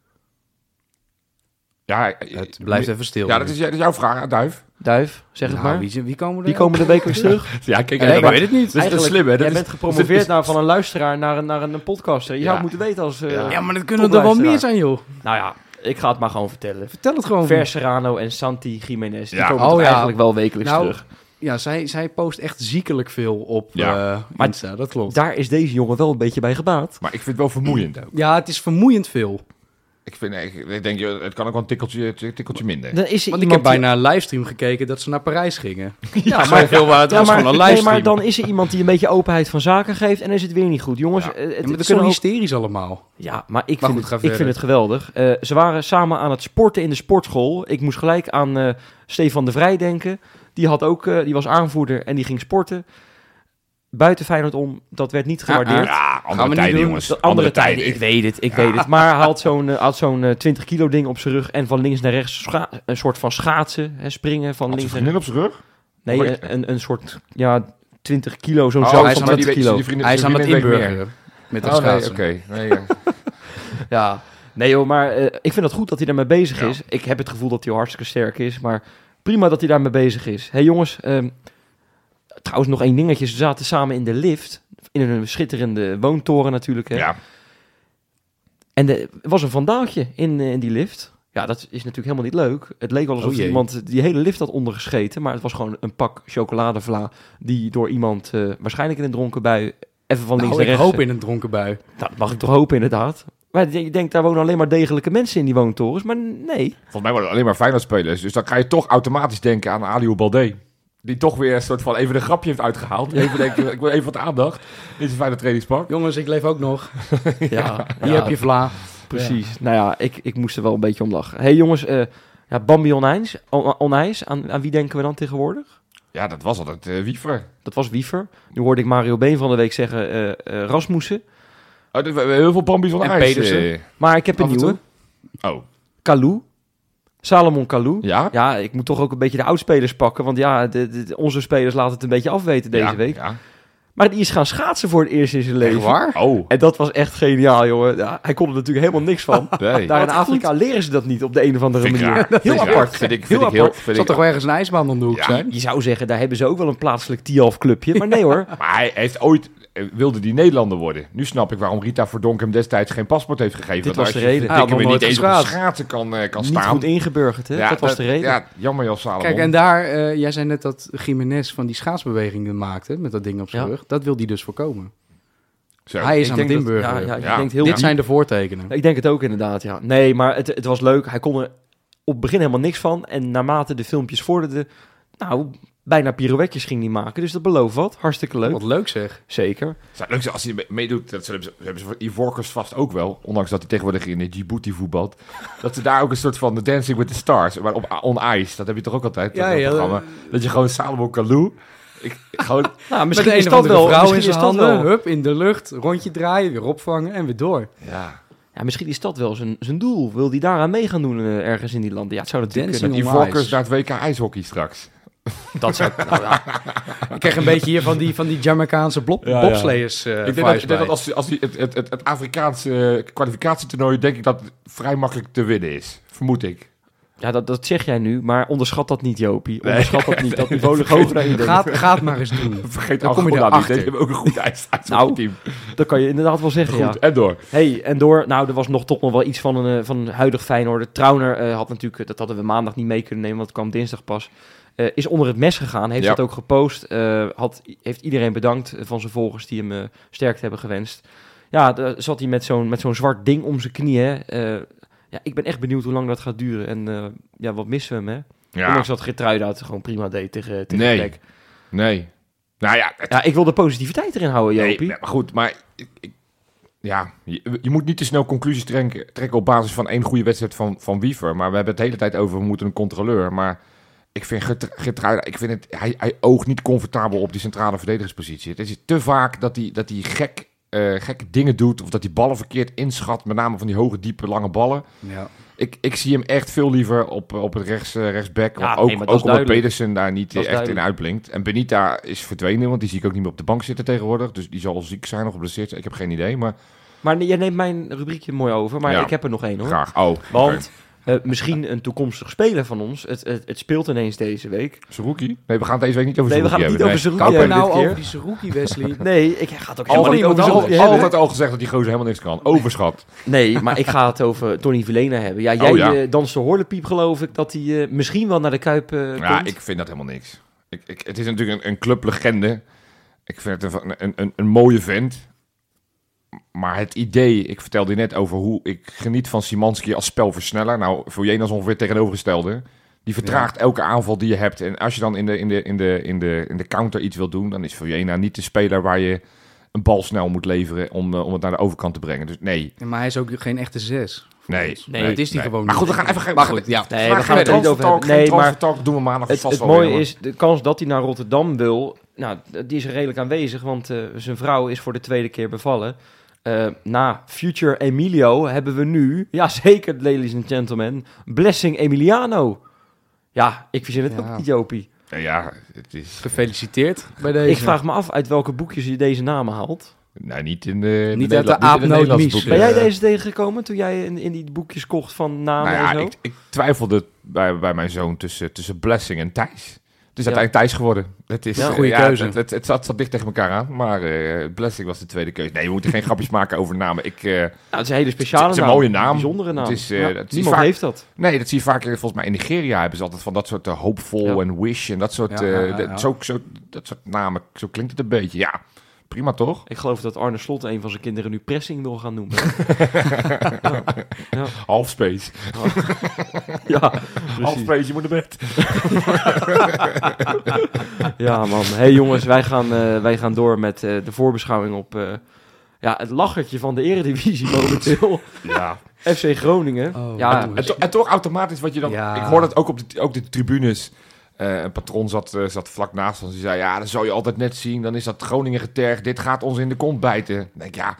Speaker 1: Ja, eh,
Speaker 3: Het blijft even stil.
Speaker 1: ja dat, is, dat is jouw vraag, hè, Duif.
Speaker 2: Duif, zeg
Speaker 3: Nou,
Speaker 2: het maar. Wie,
Speaker 3: Wie, zijn- wie komen er?
Speaker 2: komen de wekelijks terug?
Speaker 1: Ja, kijk,
Speaker 3: Nee, ik eh, weet het niet.
Speaker 1: dat is
Speaker 2: Eigenlijk,
Speaker 1: slim, hè? Dat
Speaker 2: jij
Speaker 1: is-
Speaker 2: bent gepromoveerd naar, van een luisteraar naar een, naar een podcaster. Je zou
Speaker 1: Ja.
Speaker 2: het moeten weten als... eh,
Speaker 1: Ja,
Speaker 3: Ja, maar dat kunnen er wel
Speaker 2: Topluisteraar.
Speaker 3: meer zijn joh.
Speaker 2: Nou ja, ik ga het maar gewoon vertellen.
Speaker 3: Vertel het gewoon.
Speaker 2: Ver Serrano en Santi Jiménez. Die
Speaker 1: Ja.
Speaker 2: komen
Speaker 3: Oh
Speaker 2: toch
Speaker 3: ja.
Speaker 2: eigenlijk wel wekelijks
Speaker 3: Nou,
Speaker 2: terug.
Speaker 3: Ja, zij, zij post echt ziekelijk veel op
Speaker 1: Ja.
Speaker 3: eh,
Speaker 2: Maar-
Speaker 3: Insta, dat klopt.
Speaker 2: Daar is deze jongen wel een beetje bij gebaat.
Speaker 1: Maar ik vind het wel vermoeiend ook.
Speaker 3: Ja, het is vermoeiend veel.
Speaker 1: Ik, vind, ik, ik denk, joh, het kan ook wel een tikkeltje, tikkeltje minder.
Speaker 2: Dan is er
Speaker 3: Want ik heb
Speaker 2: iemand die-
Speaker 3: bijna een livestream gekeken dat ze naar Parijs gingen.
Speaker 2: Ja,
Speaker 3: Ja,
Speaker 2: maar-
Speaker 3: maar veel waar het
Speaker 2: Ja,
Speaker 3: was
Speaker 2: maar,
Speaker 3: gewoon een
Speaker 2: nee,
Speaker 3: livestream.
Speaker 2: maar dan is er iemand die een beetje openheid van zaken geeft en is het weer niet goed. Jongens,
Speaker 1: Ja.
Speaker 2: eh, het,
Speaker 3: Ja, maar
Speaker 2: we
Speaker 3: het is zo
Speaker 2: kunnen ook...
Speaker 3: hysterisch allemaal.
Speaker 2: Ja, maar ik,
Speaker 3: Maar goed,
Speaker 2: vind,
Speaker 3: ga
Speaker 2: het, ik
Speaker 3: verder.
Speaker 2: vind het geweldig. Eh, ze waren samen aan het sporten in de sportschool. Ik moest gelijk aan eh, Stefan de Vrij denken. Die, had ook, eh, die was aanvoerder en die ging sporten. Buiten Feyenoord om, dat werd niet gewaardeerd.
Speaker 1: Ja,
Speaker 3: Gaan we
Speaker 1: andere
Speaker 3: niet
Speaker 1: tijden,
Speaker 3: doen.
Speaker 1: jongens.
Speaker 2: Dat- Andere, tijden. ik weet het, ik weet het. Maar hij had zo'n eh, had zo'n eh, 20 kilo ding op zijn rug en van links naar rechts scha- een soort van schaatsen, hè, springen van
Speaker 1: Had zijn
Speaker 2: links naar rechts.
Speaker 1: vriendin op zijn rug?
Speaker 2: Nee,
Speaker 1: Wordt-
Speaker 2: een, een, een soort, ja, 20 kilo, zo'n
Speaker 1: Oh,
Speaker 2: zak
Speaker 1: hij
Speaker 3: is
Speaker 2: van
Speaker 3: aan het
Speaker 2: 20
Speaker 1: die-
Speaker 2: kilo.
Speaker 1: die vriendin-
Speaker 3: Hij is
Speaker 1: zijn
Speaker 3: aan het
Speaker 1: vriendin weet meer.
Speaker 3: inburgeren. Met dat
Speaker 1: Oh, nee,
Speaker 3: schaatsen.
Speaker 1: oké. Nee, ja.
Speaker 2: Ja. Nee joh, maar eh, ik vind het goed dat hij daarmee bezig
Speaker 1: Ja.
Speaker 2: is. Ik heb het gevoel dat hij al hartstikke sterk is, maar prima dat hij daarmee bezig is. hey, jongens, ehm, trouwens nog één dingetje. Ze zaten samen in de lift, in een schitterende woontoren natuurlijk. Hè.
Speaker 1: ja.
Speaker 2: En de- er was een vandaaltje in, eh, in die lift. Ja, dat is natuurlijk helemaal niet leuk. Het leek wel alsof
Speaker 3: Oh jee.
Speaker 2: iemand die hele lift had ondergescheten. Maar het was gewoon een pak chocoladevla die door iemand, eh, waarschijnlijk in een dronken bui, even van links
Speaker 3: Nou,
Speaker 2: naar
Speaker 3: ik
Speaker 2: rechts...
Speaker 3: hoop in een dronken bui.
Speaker 2: Nou, dat mag ik toch hopen inderdaad. Maar je denkt, daar wonen alleen maar degelijke mensen in die woontorens. Maar nee.
Speaker 1: Volgens mij worden het alleen maar Feyenoord-spelers. Dus dan ga je toch automatisch denken aan Aliou Baldé. Die toch weer een soort van even een grapje heeft uitgehaald. Even denken, ik wil even wat aandacht. Dit is een Feyenoord trainingspark.
Speaker 3: Jongens, ik leef ook nog.
Speaker 2: Ja,
Speaker 3: Hier heb je vla.
Speaker 2: precies. Nou ja, ik, ik moest er wel een beetje om lachen. hey, jongens, eh, ja, Bambi Onijs, On- Onijs aan, aan wie denken we dan tegenwoordig?
Speaker 1: Ja, dat was altijd eh Wiever.
Speaker 2: Dat was Wiefer. Nu hoorde ik Mario Been van de week zeggen eh eh, Rasmussen.
Speaker 1: Oh, dit- we- we- heel veel Bambi's van
Speaker 3: En
Speaker 1: ijs.
Speaker 3: Pedersen.
Speaker 1: eh.
Speaker 2: Maar ik heb een
Speaker 3: Af en
Speaker 2: nieuwe.
Speaker 3: toe.
Speaker 1: Oh,
Speaker 2: Kalou. Salomon Kalou.
Speaker 1: ja?
Speaker 2: Ja, ik moet toch ook een beetje de oudspelers pakken. Want ja, de, de- onze spelers laten het een beetje afweten deze
Speaker 1: Ja,
Speaker 2: week.
Speaker 1: Ja.
Speaker 2: Maar die is gaan schaatsen voor het eerst in zijn leven.
Speaker 3: waar?
Speaker 1: Oh,
Speaker 2: En dat was echt geniaal, jongen. Ja, hij kon er natuurlijk helemaal niks van.
Speaker 1: nee.
Speaker 2: Daar in Afrika leren ze dat niet op de een of andere
Speaker 1: Vind ik
Speaker 2: manier.
Speaker 1: raar. Vind
Speaker 2: Heel
Speaker 1: ik raar.
Speaker 2: apart.
Speaker 1: Vind ik,
Speaker 2: Heel
Speaker 1: vind ik heel...
Speaker 2: apart.
Speaker 1: Vind
Speaker 3: Zal
Speaker 1: ik,
Speaker 3: toch wel ergens een ijsbaan om de hoek
Speaker 1: Ja.
Speaker 3: zijn?
Speaker 2: Je zou zeggen, daar hebben ze ook wel een plaatselijk Tialf-clubje. Maar nee hoor.
Speaker 1: maar hij heeft ooit... eh, Wilde die Nederlander worden. Nu snap ik waarom Rita Verdonk hem destijds geen paspoort heeft gegeven.
Speaker 2: Dit
Speaker 1: Want
Speaker 2: was
Speaker 1: als
Speaker 2: de
Speaker 1: je
Speaker 2: reden.
Speaker 1: verdikke
Speaker 3: Hij had nog
Speaker 1: me
Speaker 3: nooit
Speaker 1: niet eens op de
Speaker 3: geschaatst.
Speaker 1: schaatsen kan, eh, kan
Speaker 2: Niet
Speaker 1: staan.
Speaker 2: goed ingeburgerd, hè?
Speaker 1: Ja,
Speaker 2: dat was de reden.
Speaker 1: Ja, jammer Jan Salomon.
Speaker 3: Kijk, en daar, eh, jij zei net dat Jiménez van die schaatsbewegingen maakte met dat ding op zijn
Speaker 2: Ja.
Speaker 3: rug. Dat wil hij dus voorkomen.
Speaker 1: Zo.
Speaker 3: hij is
Speaker 2: Ik
Speaker 3: aan het
Speaker 2: denk dat-
Speaker 3: inburgeren.
Speaker 2: ja, ja, je
Speaker 1: Ja.
Speaker 2: denkt heel
Speaker 3: Dit zijn de voortekenen.
Speaker 2: Nou, Ik denk het ook inderdaad, ja. Nee, maar het, het was leuk. Hij kon er op het begin helemaal niks van. En naarmate de filmpjes vorderden, nou, bijna pirouetjes ging hij maken. Dus dat belooft wat. Hartstikke leuk.
Speaker 3: Wat Nou, leuk zeg.
Speaker 2: Zeker.
Speaker 1: Het zou leuk zijn als hij me- meedoet. Dat zullen ze, dat hebben ze voor Ivorcus vast ook wel. Ondanks dat hij tegenwoordig in de Djibouti voetbalt. dat ze daar ook een soort van de eh, Dancing with the Stars. Maar op, on ice. Dat heb je toch ook altijd? dat programma. Dat je gewoon Salomon Kalou. Ik, gewoon,
Speaker 2: Nou,
Speaker 3: Met
Speaker 2: misschien
Speaker 3: de
Speaker 2: is
Speaker 3: een of
Speaker 2: dat
Speaker 3: andere
Speaker 2: wel.
Speaker 3: vrouw
Speaker 2: Misschien
Speaker 3: in
Speaker 2: is
Speaker 3: zijn
Speaker 2: dat
Speaker 3: handen.
Speaker 2: wel.
Speaker 3: Hup, in de lucht, rondje draaien, weer opvangen en weer door.
Speaker 1: ja.
Speaker 2: Ja, misschien is dat wel zijn, zijn doel. Wil hij daaraan mee gaan doen eh, ergens in die landen? Ja, het zou natuurlijk
Speaker 3: Dancing
Speaker 1: Met die
Speaker 3: on
Speaker 1: vorkers
Speaker 3: ice.
Speaker 1: naar het WK ijshockey straks.
Speaker 2: kunnen. Dat zou, nou ja,
Speaker 3: Ik kreeg een beetje hier van die, van die Jamaicaanse blob,
Speaker 1: Ja, ja.
Speaker 3: bobslayers eh,
Speaker 1: ik denk dat,
Speaker 3: vibes
Speaker 1: ik denk
Speaker 3: bij.
Speaker 1: dat als, als die, het, het, het- het Afrikaanse eh, kwalificatietoernooi, denk ik dat het vrij makkelijk te winnen is. Vermoed ik.
Speaker 2: ja dat, dat zeg jij nu, maar onderschat dat niet, Jopie. Onderschat dat niet. Dat niveau ligt hoger dan je denkt.
Speaker 3: Gaat, gaat maar eens doen.
Speaker 1: Vergeet
Speaker 3: Dan kom je
Speaker 1: Angola niet.
Speaker 3: erachter.
Speaker 1: Die hebben ook een goed ijs ijshockeyteam.
Speaker 2: Dat kan je inderdaad wel zeggen, ja.
Speaker 1: Goed, en door.
Speaker 2: Hey, en door, nou, er was nog toch nog wel iets van een, eh, van een huidig Feyenoord. Trauner eh, had natuurlijk, eh, dat hadden we maandag niet mee kunnen nemen, want het kwam dinsdag pas. eh, is onder het mes gegaan, heeft
Speaker 1: Ja.
Speaker 2: dat ook gepost. eh, had, heeft iedereen bedankt eh, van zijn volgers die hem eh, sterkte hebben gewenst. Ja, daar zat hij met zo'n, met zo'n zwart ding om zijn knieën. eh ja, ik ben echt benieuwd hoe lang dat gaat duren. En eh, ja, wat missen we hem, hè?
Speaker 1: Ja,
Speaker 2: Ondanks dat Gertruida het gewoon prima deed tegen, tegen
Speaker 1: Nee.
Speaker 2: Peck.
Speaker 1: nee. Nou ja,
Speaker 2: Ja, ik wil de positiviteit erin houden,
Speaker 1: Nee,
Speaker 2: Jopie.
Speaker 1: nee, maar goed, maar ik, ik- ja, je, je moet niet te snel conclusies trekken, trekken op basis van één goede wedstrijd van, van Wiever. Maar we hebben het de hele tijd over, we moeten een controleur. Maar ik vind Gert- Gertruida, ik vind het, hij, hij oogt niet comfortabel op die centrale verdedigingspositie. Het is te vaak dat hij, dat hij gek, eh, gekke dingen doet of dat hij ballen verkeerd inschat. Met name van die hoge, diepe, lange ballen.
Speaker 3: Ja.
Speaker 1: Ik, ik zie hem echt veel liever op, op het rechts, eh, rechtsback.
Speaker 2: Ja,
Speaker 1: want ook
Speaker 2: nee, maar dat
Speaker 1: ook
Speaker 2: is
Speaker 1: omdat
Speaker 2: duidelijk.
Speaker 1: Pedersen daar niet eh,
Speaker 2: Dat is
Speaker 1: echt in
Speaker 2: duidelijk.
Speaker 1: uitblinkt. En Benita is verdwenen, want die zie ik ook niet meer op de bank zitten tegenwoordig. Dus die zal ziek zijn of geblesseerd zijn. Ik heb geen idee, maar
Speaker 2: Maar jij neemt mijn rubriekje mooi over, maar
Speaker 1: Ja.
Speaker 2: ik heb er nog één, hoor.
Speaker 1: graag. Oh,
Speaker 2: Want eh, misschien een toekomstig speler van ons. Het, het, het speelt ineens deze week.
Speaker 1: Zerouki? Nee, we gaan het deze week niet over
Speaker 2: Nee, we
Speaker 1: Zerouki
Speaker 2: gaan het
Speaker 1: hebben.
Speaker 2: niet over
Speaker 1: kan
Speaker 2: Zerouki
Speaker 1: ook
Speaker 2: hebben.
Speaker 3: nou
Speaker 1: niet.
Speaker 2: dit keer?
Speaker 3: over die Seruki Wesley.
Speaker 2: Nee, ik ga het ook
Speaker 1: Al,
Speaker 2: helemaal niet over
Speaker 1: al-
Speaker 2: Zerouki
Speaker 1: altijd
Speaker 2: hebben.
Speaker 1: al gezegd dat die gozer helemaal niks kan. Overschat.
Speaker 2: Nee, maar ik ga het over Tony Verlena hebben. Ja, jij
Speaker 1: Oh, ja.
Speaker 2: eh, danst de horlepiep, geloof ik, dat hij eh, misschien wel naar de Kuip eh,
Speaker 1: ja,
Speaker 2: komt.
Speaker 1: ik vind dat helemaal niks. Ik, ik, het is natuurlijk een, een clublegende. Ik vind het een, een, een, een mooie vent. Maar het idee, ik vertelde je net over hoe ik geniet van Simanski als spelversneller. Nou, Vojenas ongeveer het tegenovergestelde. Die vertraagt elke aanval die je hebt. En als je dan in de, in de, in de, in de, in de counter iets wil doen, dan is Vojena niet de speler waar je een bal snel moet leveren om, eh, om het naar de overkant te brengen. Dus nee,
Speaker 3: Maar hij is ook geen echte zes.
Speaker 1: nee.
Speaker 2: Nee,
Speaker 3: dat is die gewoon
Speaker 1: Maar goed, we
Speaker 3: niet.
Speaker 1: gaan even... geen-
Speaker 3: Maar goed, ja.
Speaker 2: Nee,
Speaker 1: maar
Speaker 2: we gaan het er
Speaker 1: geen
Speaker 2: niet over hebben.
Speaker 1: transfertalk,
Speaker 2: Nee,
Speaker 1: geen
Speaker 2: maar
Speaker 1: transfertalk doen we maandag
Speaker 2: het,
Speaker 1: vast
Speaker 2: het
Speaker 1: wel weer,
Speaker 2: mooie
Speaker 1: hoor.
Speaker 2: is, de kans dat hij naar Rotterdam wil, nou, die is redelijk aanwezig. Want eh, zijn vrouw is voor de tweede keer bevallen. Eh, na Future Emilio hebben we nu, ja zeker, ladies and gentlemen, Blessing Emiliano. Ja, ik verzin het
Speaker 3: Ja.
Speaker 2: ook niet, Jopie.
Speaker 1: Nou Ja, het is...
Speaker 3: Gefeliciteerd bij deze.
Speaker 2: Ik vrahaal. vraag me af uit welke boekjes je deze namen haalt.
Speaker 1: Nou, niet in de...
Speaker 3: Niet
Speaker 1: de
Speaker 3: uit de
Speaker 1: Nederland- in
Speaker 3: aapnoot
Speaker 1: Nederlandse
Speaker 3: Mies.
Speaker 1: boeken.
Speaker 2: Ben jij
Speaker 3: Eh.
Speaker 2: deze tegengekomen toen jij in, in die boekjes kocht van namen
Speaker 1: Nou ja,
Speaker 2: en zo?
Speaker 1: ik, ik twijfelde bij, bij mijn zoon tussen, tussen Blessing en Thijs. Het is
Speaker 2: Ja.
Speaker 1: uiteindelijk Thijs geworden. Het is
Speaker 2: Ja.
Speaker 1: eh,
Speaker 3: Goeie keuze.
Speaker 1: Het, het, het zat, zat dicht tegen elkaar aan, maar eh, Blessing was de tweede keuze. Nee, we moeten geen grapjes maken over namen. Ik, eh,
Speaker 2: Nou, het is een hele speciale
Speaker 1: Het is een
Speaker 2: naam.
Speaker 1: mooie naam.
Speaker 2: bijzondere naam.
Speaker 1: Het is, eh,
Speaker 2: Ja,
Speaker 1: het is
Speaker 2: niemand
Speaker 1: vaak-
Speaker 2: heeft dat.
Speaker 1: nee, dat zie je vaak eh, volgens mij in Nigeria hebben ze altijd van dat soort eh, hoopvol
Speaker 2: Ja.
Speaker 1: en wish en dat soort,
Speaker 3: Ja, ja,
Speaker 1: eh,
Speaker 3: ja,
Speaker 1: dat-
Speaker 3: ja.
Speaker 1: Zo, zo, dat soort namen. Zo klinkt het een beetje. Ja, prima toch?
Speaker 2: Ik geloof dat Arne Slot een van zijn kinderen nu Pressing wil gaan noemen.
Speaker 1: Half space.
Speaker 2: ja,
Speaker 1: Half
Speaker 2: precies.
Speaker 1: space, je moet naar bed.
Speaker 2: Ja, man. hey, jongens, wij gaan, eh, wij gaan door met eh, de voorbeschouwing op eh, ja, het lachertje van de Eredivisie momenteel.
Speaker 1: Ja.
Speaker 2: FC Groningen.
Speaker 3: Oh,
Speaker 2: ja,
Speaker 3: doe
Speaker 1: En,
Speaker 3: eens.
Speaker 1: to- en toch automatisch wat je dan...
Speaker 3: Ja.
Speaker 1: Ik hoorde het ook op de, ook de tribunes. Eh, een patroon zat, eh, zat vlak naast ons. Die zei, ja, dat zou je altijd net zien. Dan is dat Groningen getergd. Dit gaat ons in de kont bijten. Ik denk, ja...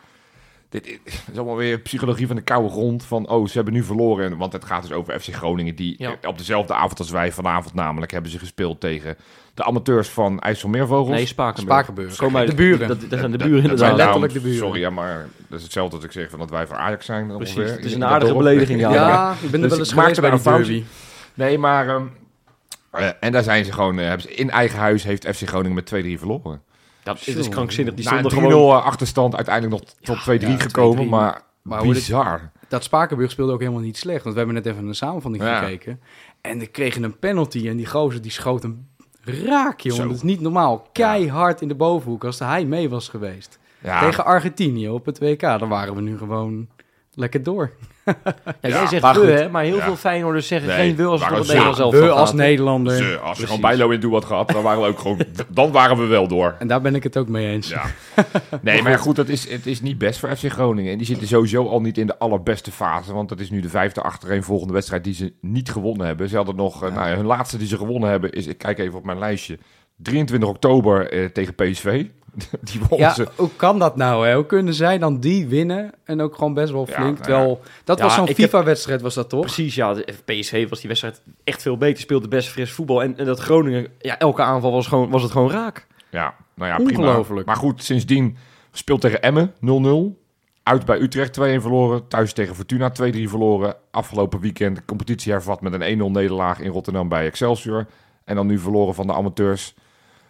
Speaker 1: Dit is allemaal weer psychologie van de koude grond. Van, oh, ze hebben nu verloren. Want het gaat dus over FC Groningen. Die
Speaker 2: Ja.
Speaker 1: eh, op dezelfde avond als wij vanavond namelijk... hebben ze gespeeld tegen de amateurs van IJsselmeervogels.
Speaker 2: nee, Spakenburg.
Speaker 3: Spakenburg.
Speaker 2: Komen uit-
Speaker 3: De buren.
Speaker 2: Dat, dat zijn de buren
Speaker 1: Dat zijn
Speaker 2: inderdaad.
Speaker 3: letterlijk
Speaker 1: daarom-
Speaker 3: de buren.
Speaker 1: Sorry, ja, maar dat is hetzelfde als ik zeg van dat wij van Ajax zijn. ongeveer,
Speaker 2: het is
Speaker 1: in
Speaker 2: een
Speaker 1: dat
Speaker 2: aardige
Speaker 1: dorp.
Speaker 2: belediging,
Speaker 3: Ja, ik ben er
Speaker 1: Dus
Speaker 3: wel
Speaker 1: ik
Speaker 3: eens
Speaker 1: maakte
Speaker 3: geweest bij
Speaker 1: daar
Speaker 3: die
Speaker 1: een foutje.
Speaker 3: derby.
Speaker 1: Nee, maar... ehm, eh, en daar zijn ze gewoon... eh, hebben ze, in eigen huis heeft FC Groningen met 2-3 verloren.
Speaker 2: Dat is dus krankzinnig. Die
Speaker 1: Na een 3-0
Speaker 2: stonden gewoon...
Speaker 1: achterstand uiteindelijk nog tot 2-3
Speaker 3: ja,
Speaker 1: gekomen.
Speaker 3: 2-3.
Speaker 1: Maar,
Speaker 3: Maar hoe dit-
Speaker 1: bizar.
Speaker 3: Dat Spakenburg speelde ook helemaal niet slecht. Want we hebben net even een samenvatting
Speaker 1: Ja.
Speaker 3: gekeken. En we kregen een penalty. En die gozer die schoot hem raak, jongen.
Speaker 1: Zo.
Speaker 3: Dat is niet normaal. Keihard in de bovenhoek als hij mee was geweest.
Speaker 1: Ja,
Speaker 3: Tegen Argentinië op het WK. Dan waren we nu gewoon lekker door.
Speaker 2: Ja,
Speaker 1: Ja,
Speaker 2: jij zegt
Speaker 1: maar
Speaker 2: we,
Speaker 1: goed.
Speaker 2: hè, maar heel
Speaker 1: Ja.
Speaker 2: veel Feyenoorders zeggen
Speaker 1: Nee,
Speaker 2: geen we als het
Speaker 1: maar
Speaker 2: om het
Speaker 1: als-
Speaker 2: Nederlands elftal
Speaker 3: we als
Speaker 2: gaat.
Speaker 3: Nederlander.
Speaker 1: ze, als je
Speaker 2: precies.
Speaker 1: gewoon Bijlo in doel had gehad, dan waren we ook gewoon... Dan waren we wel door.
Speaker 3: En daar ben ik het ook mee eens.
Speaker 1: Ja. Nee, maar goed, dat is, het is niet best voor FC Groningen. En die zitten sowieso al niet in de allerbeste fase. Want dat is nu de vijfde achtereen volgende wedstrijd die ze niet gewonnen hebben. Ze hadden nog... eh, nou ja, hun laatste die ze gewonnen hebben is... Ik kijk even op mijn lijstje. 23 oktober eh, tegen PSV. Die won
Speaker 3: Ja,
Speaker 1: ze.
Speaker 3: hoe kan dat nou? Hè? Hoe kunnen zij dan die winnen en ook gewoon best wel
Speaker 1: Ja,
Speaker 3: flink?
Speaker 1: nou ja.
Speaker 3: terwijl, dat
Speaker 2: Ja,
Speaker 3: was zo'n
Speaker 2: ik heb-
Speaker 3: FIFA-wedstrijd, was dat toch?
Speaker 2: Precies, ja. De PSV was die wedstrijd echt veel beter. Speelde best fris voetbal. En, en dat Groningen, ja, elke aanval was, gewoon, was het gewoon raak.
Speaker 1: Ja, nou ja,
Speaker 3: Ongelooflijk.
Speaker 1: prima. Maar goed, sindsdien speelt tegen Emmen 0-0. Uit bij Utrecht 2-1 verloren. Thuis tegen Fortuna 2-3 verloren. Afgelopen weekend de competitie hervat met een 1-0 nederlaag in Rotterdam bij Excelsior. En dan nu verloren van de amateurs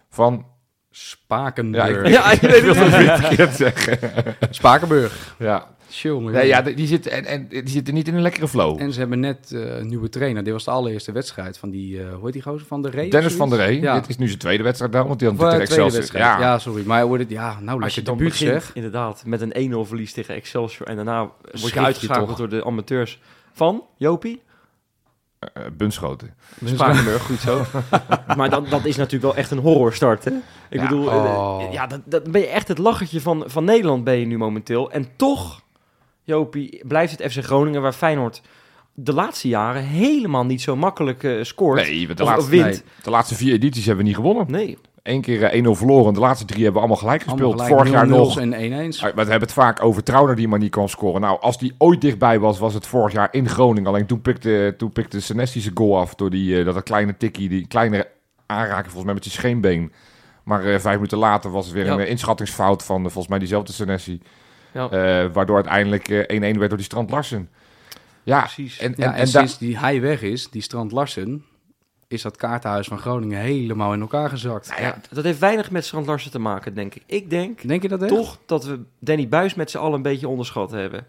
Speaker 1: van...
Speaker 3: Spakenburg.
Speaker 2: Ja, ik weet het niet.
Speaker 1: verkeerd zeggen.
Speaker 3: Spakenburg.
Speaker 1: Ja,
Speaker 3: Tjonge,
Speaker 1: nee, ja die, zit, en, en, die zitten niet in een lekkere flow.
Speaker 3: En ze hebben net eh, een nieuwe trainer. Dit was de allereerste wedstrijd van die, eh hoe heet die gozer? Van der Rey? of
Speaker 1: Dennis van
Speaker 3: zoiets?
Speaker 1: der Ree,
Speaker 3: Ja.
Speaker 1: dit is nu zijn tweede wedstrijd daar, want die had
Speaker 3: Of, eh,
Speaker 1: natuurlijk tegen
Speaker 3: tweede
Speaker 1: Excelsior.
Speaker 3: wedstrijd.
Speaker 1: Ja,
Speaker 3: Ja. sorry. Maar wordt het, ja, nou,
Speaker 2: Als je dan
Speaker 3: debuut
Speaker 2: begint,
Speaker 3: zeg.
Speaker 2: inderdaad, met een 1-0 verlies tegen Excelsior... en daarna word
Speaker 3: Schrik
Speaker 2: je
Speaker 3: je
Speaker 2: uitgeschakeld
Speaker 3: toch.
Speaker 2: door de amateurs van Jopie.
Speaker 1: Eh, Bunschoten.
Speaker 2: Spakenburg, goed zo. maar dan, dat is natuurlijk wel echt een horrorstart, hè? Ik
Speaker 1: Ja.
Speaker 2: bedoel,
Speaker 3: Oh.
Speaker 2: eh, ja, dat, dat ben je echt het lachertje van, van Nederland ben je nu momenteel. En toch, Jopie, blijft het FC Groningen waar Feyenoord de laatste jaren helemaal niet zo makkelijk eh, scoort.
Speaker 1: Nee, want de
Speaker 2: of,
Speaker 1: laatste,
Speaker 2: of wint.
Speaker 1: de laatste vier edities hebben we niet gewonnen.
Speaker 2: Nee.
Speaker 1: Eén keer eh, 1-0 verloren. De laatste drie hebben we allemaal gelijk gespeeld.
Speaker 3: Allemaal gelijk
Speaker 1: Vorig jaar
Speaker 3: 0-0's
Speaker 1: nog.
Speaker 3: en 1-1's.
Speaker 1: Ah, We hebben het vaak over Trauner die maar niet kan scoren. Nou, als die ooit dichtbij was, was het vorig jaar in Groningen. Alleen toen pikte, toen pikte Senesi zijn goal af door die, eh, dat een kleine tikkie, die kleine aanraking volgens mij met zijn scheenbeen. Maar eh, vijf minuten later was het weer
Speaker 2: Ja.
Speaker 1: een eh, inschattingsfout van eh, volgens mij diezelfde Senesi.
Speaker 2: Ja.
Speaker 1: Eh, waardoor uiteindelijk eh, 1-1 werd door die Strand Larsen. Ja,
Speaker 2: Precies.
Speaker 1: en, en,
Speaker 3: Ja, en,
Speaker 1: en daar-
Speaker 3: sinds die hij weg is, die Strand Larsen, is dat kaartenhuis van Groningen helemaal in elkaar gezakt.
Speaker 2: Nou ja, dat heeft weinig met Strand Larsen te maken, denk ik. Ik denk
Speaker 3: Denk je dat echt?
Speaker 2: toch dat we Danny Buis met z'n allen een beetje onderschat hebben.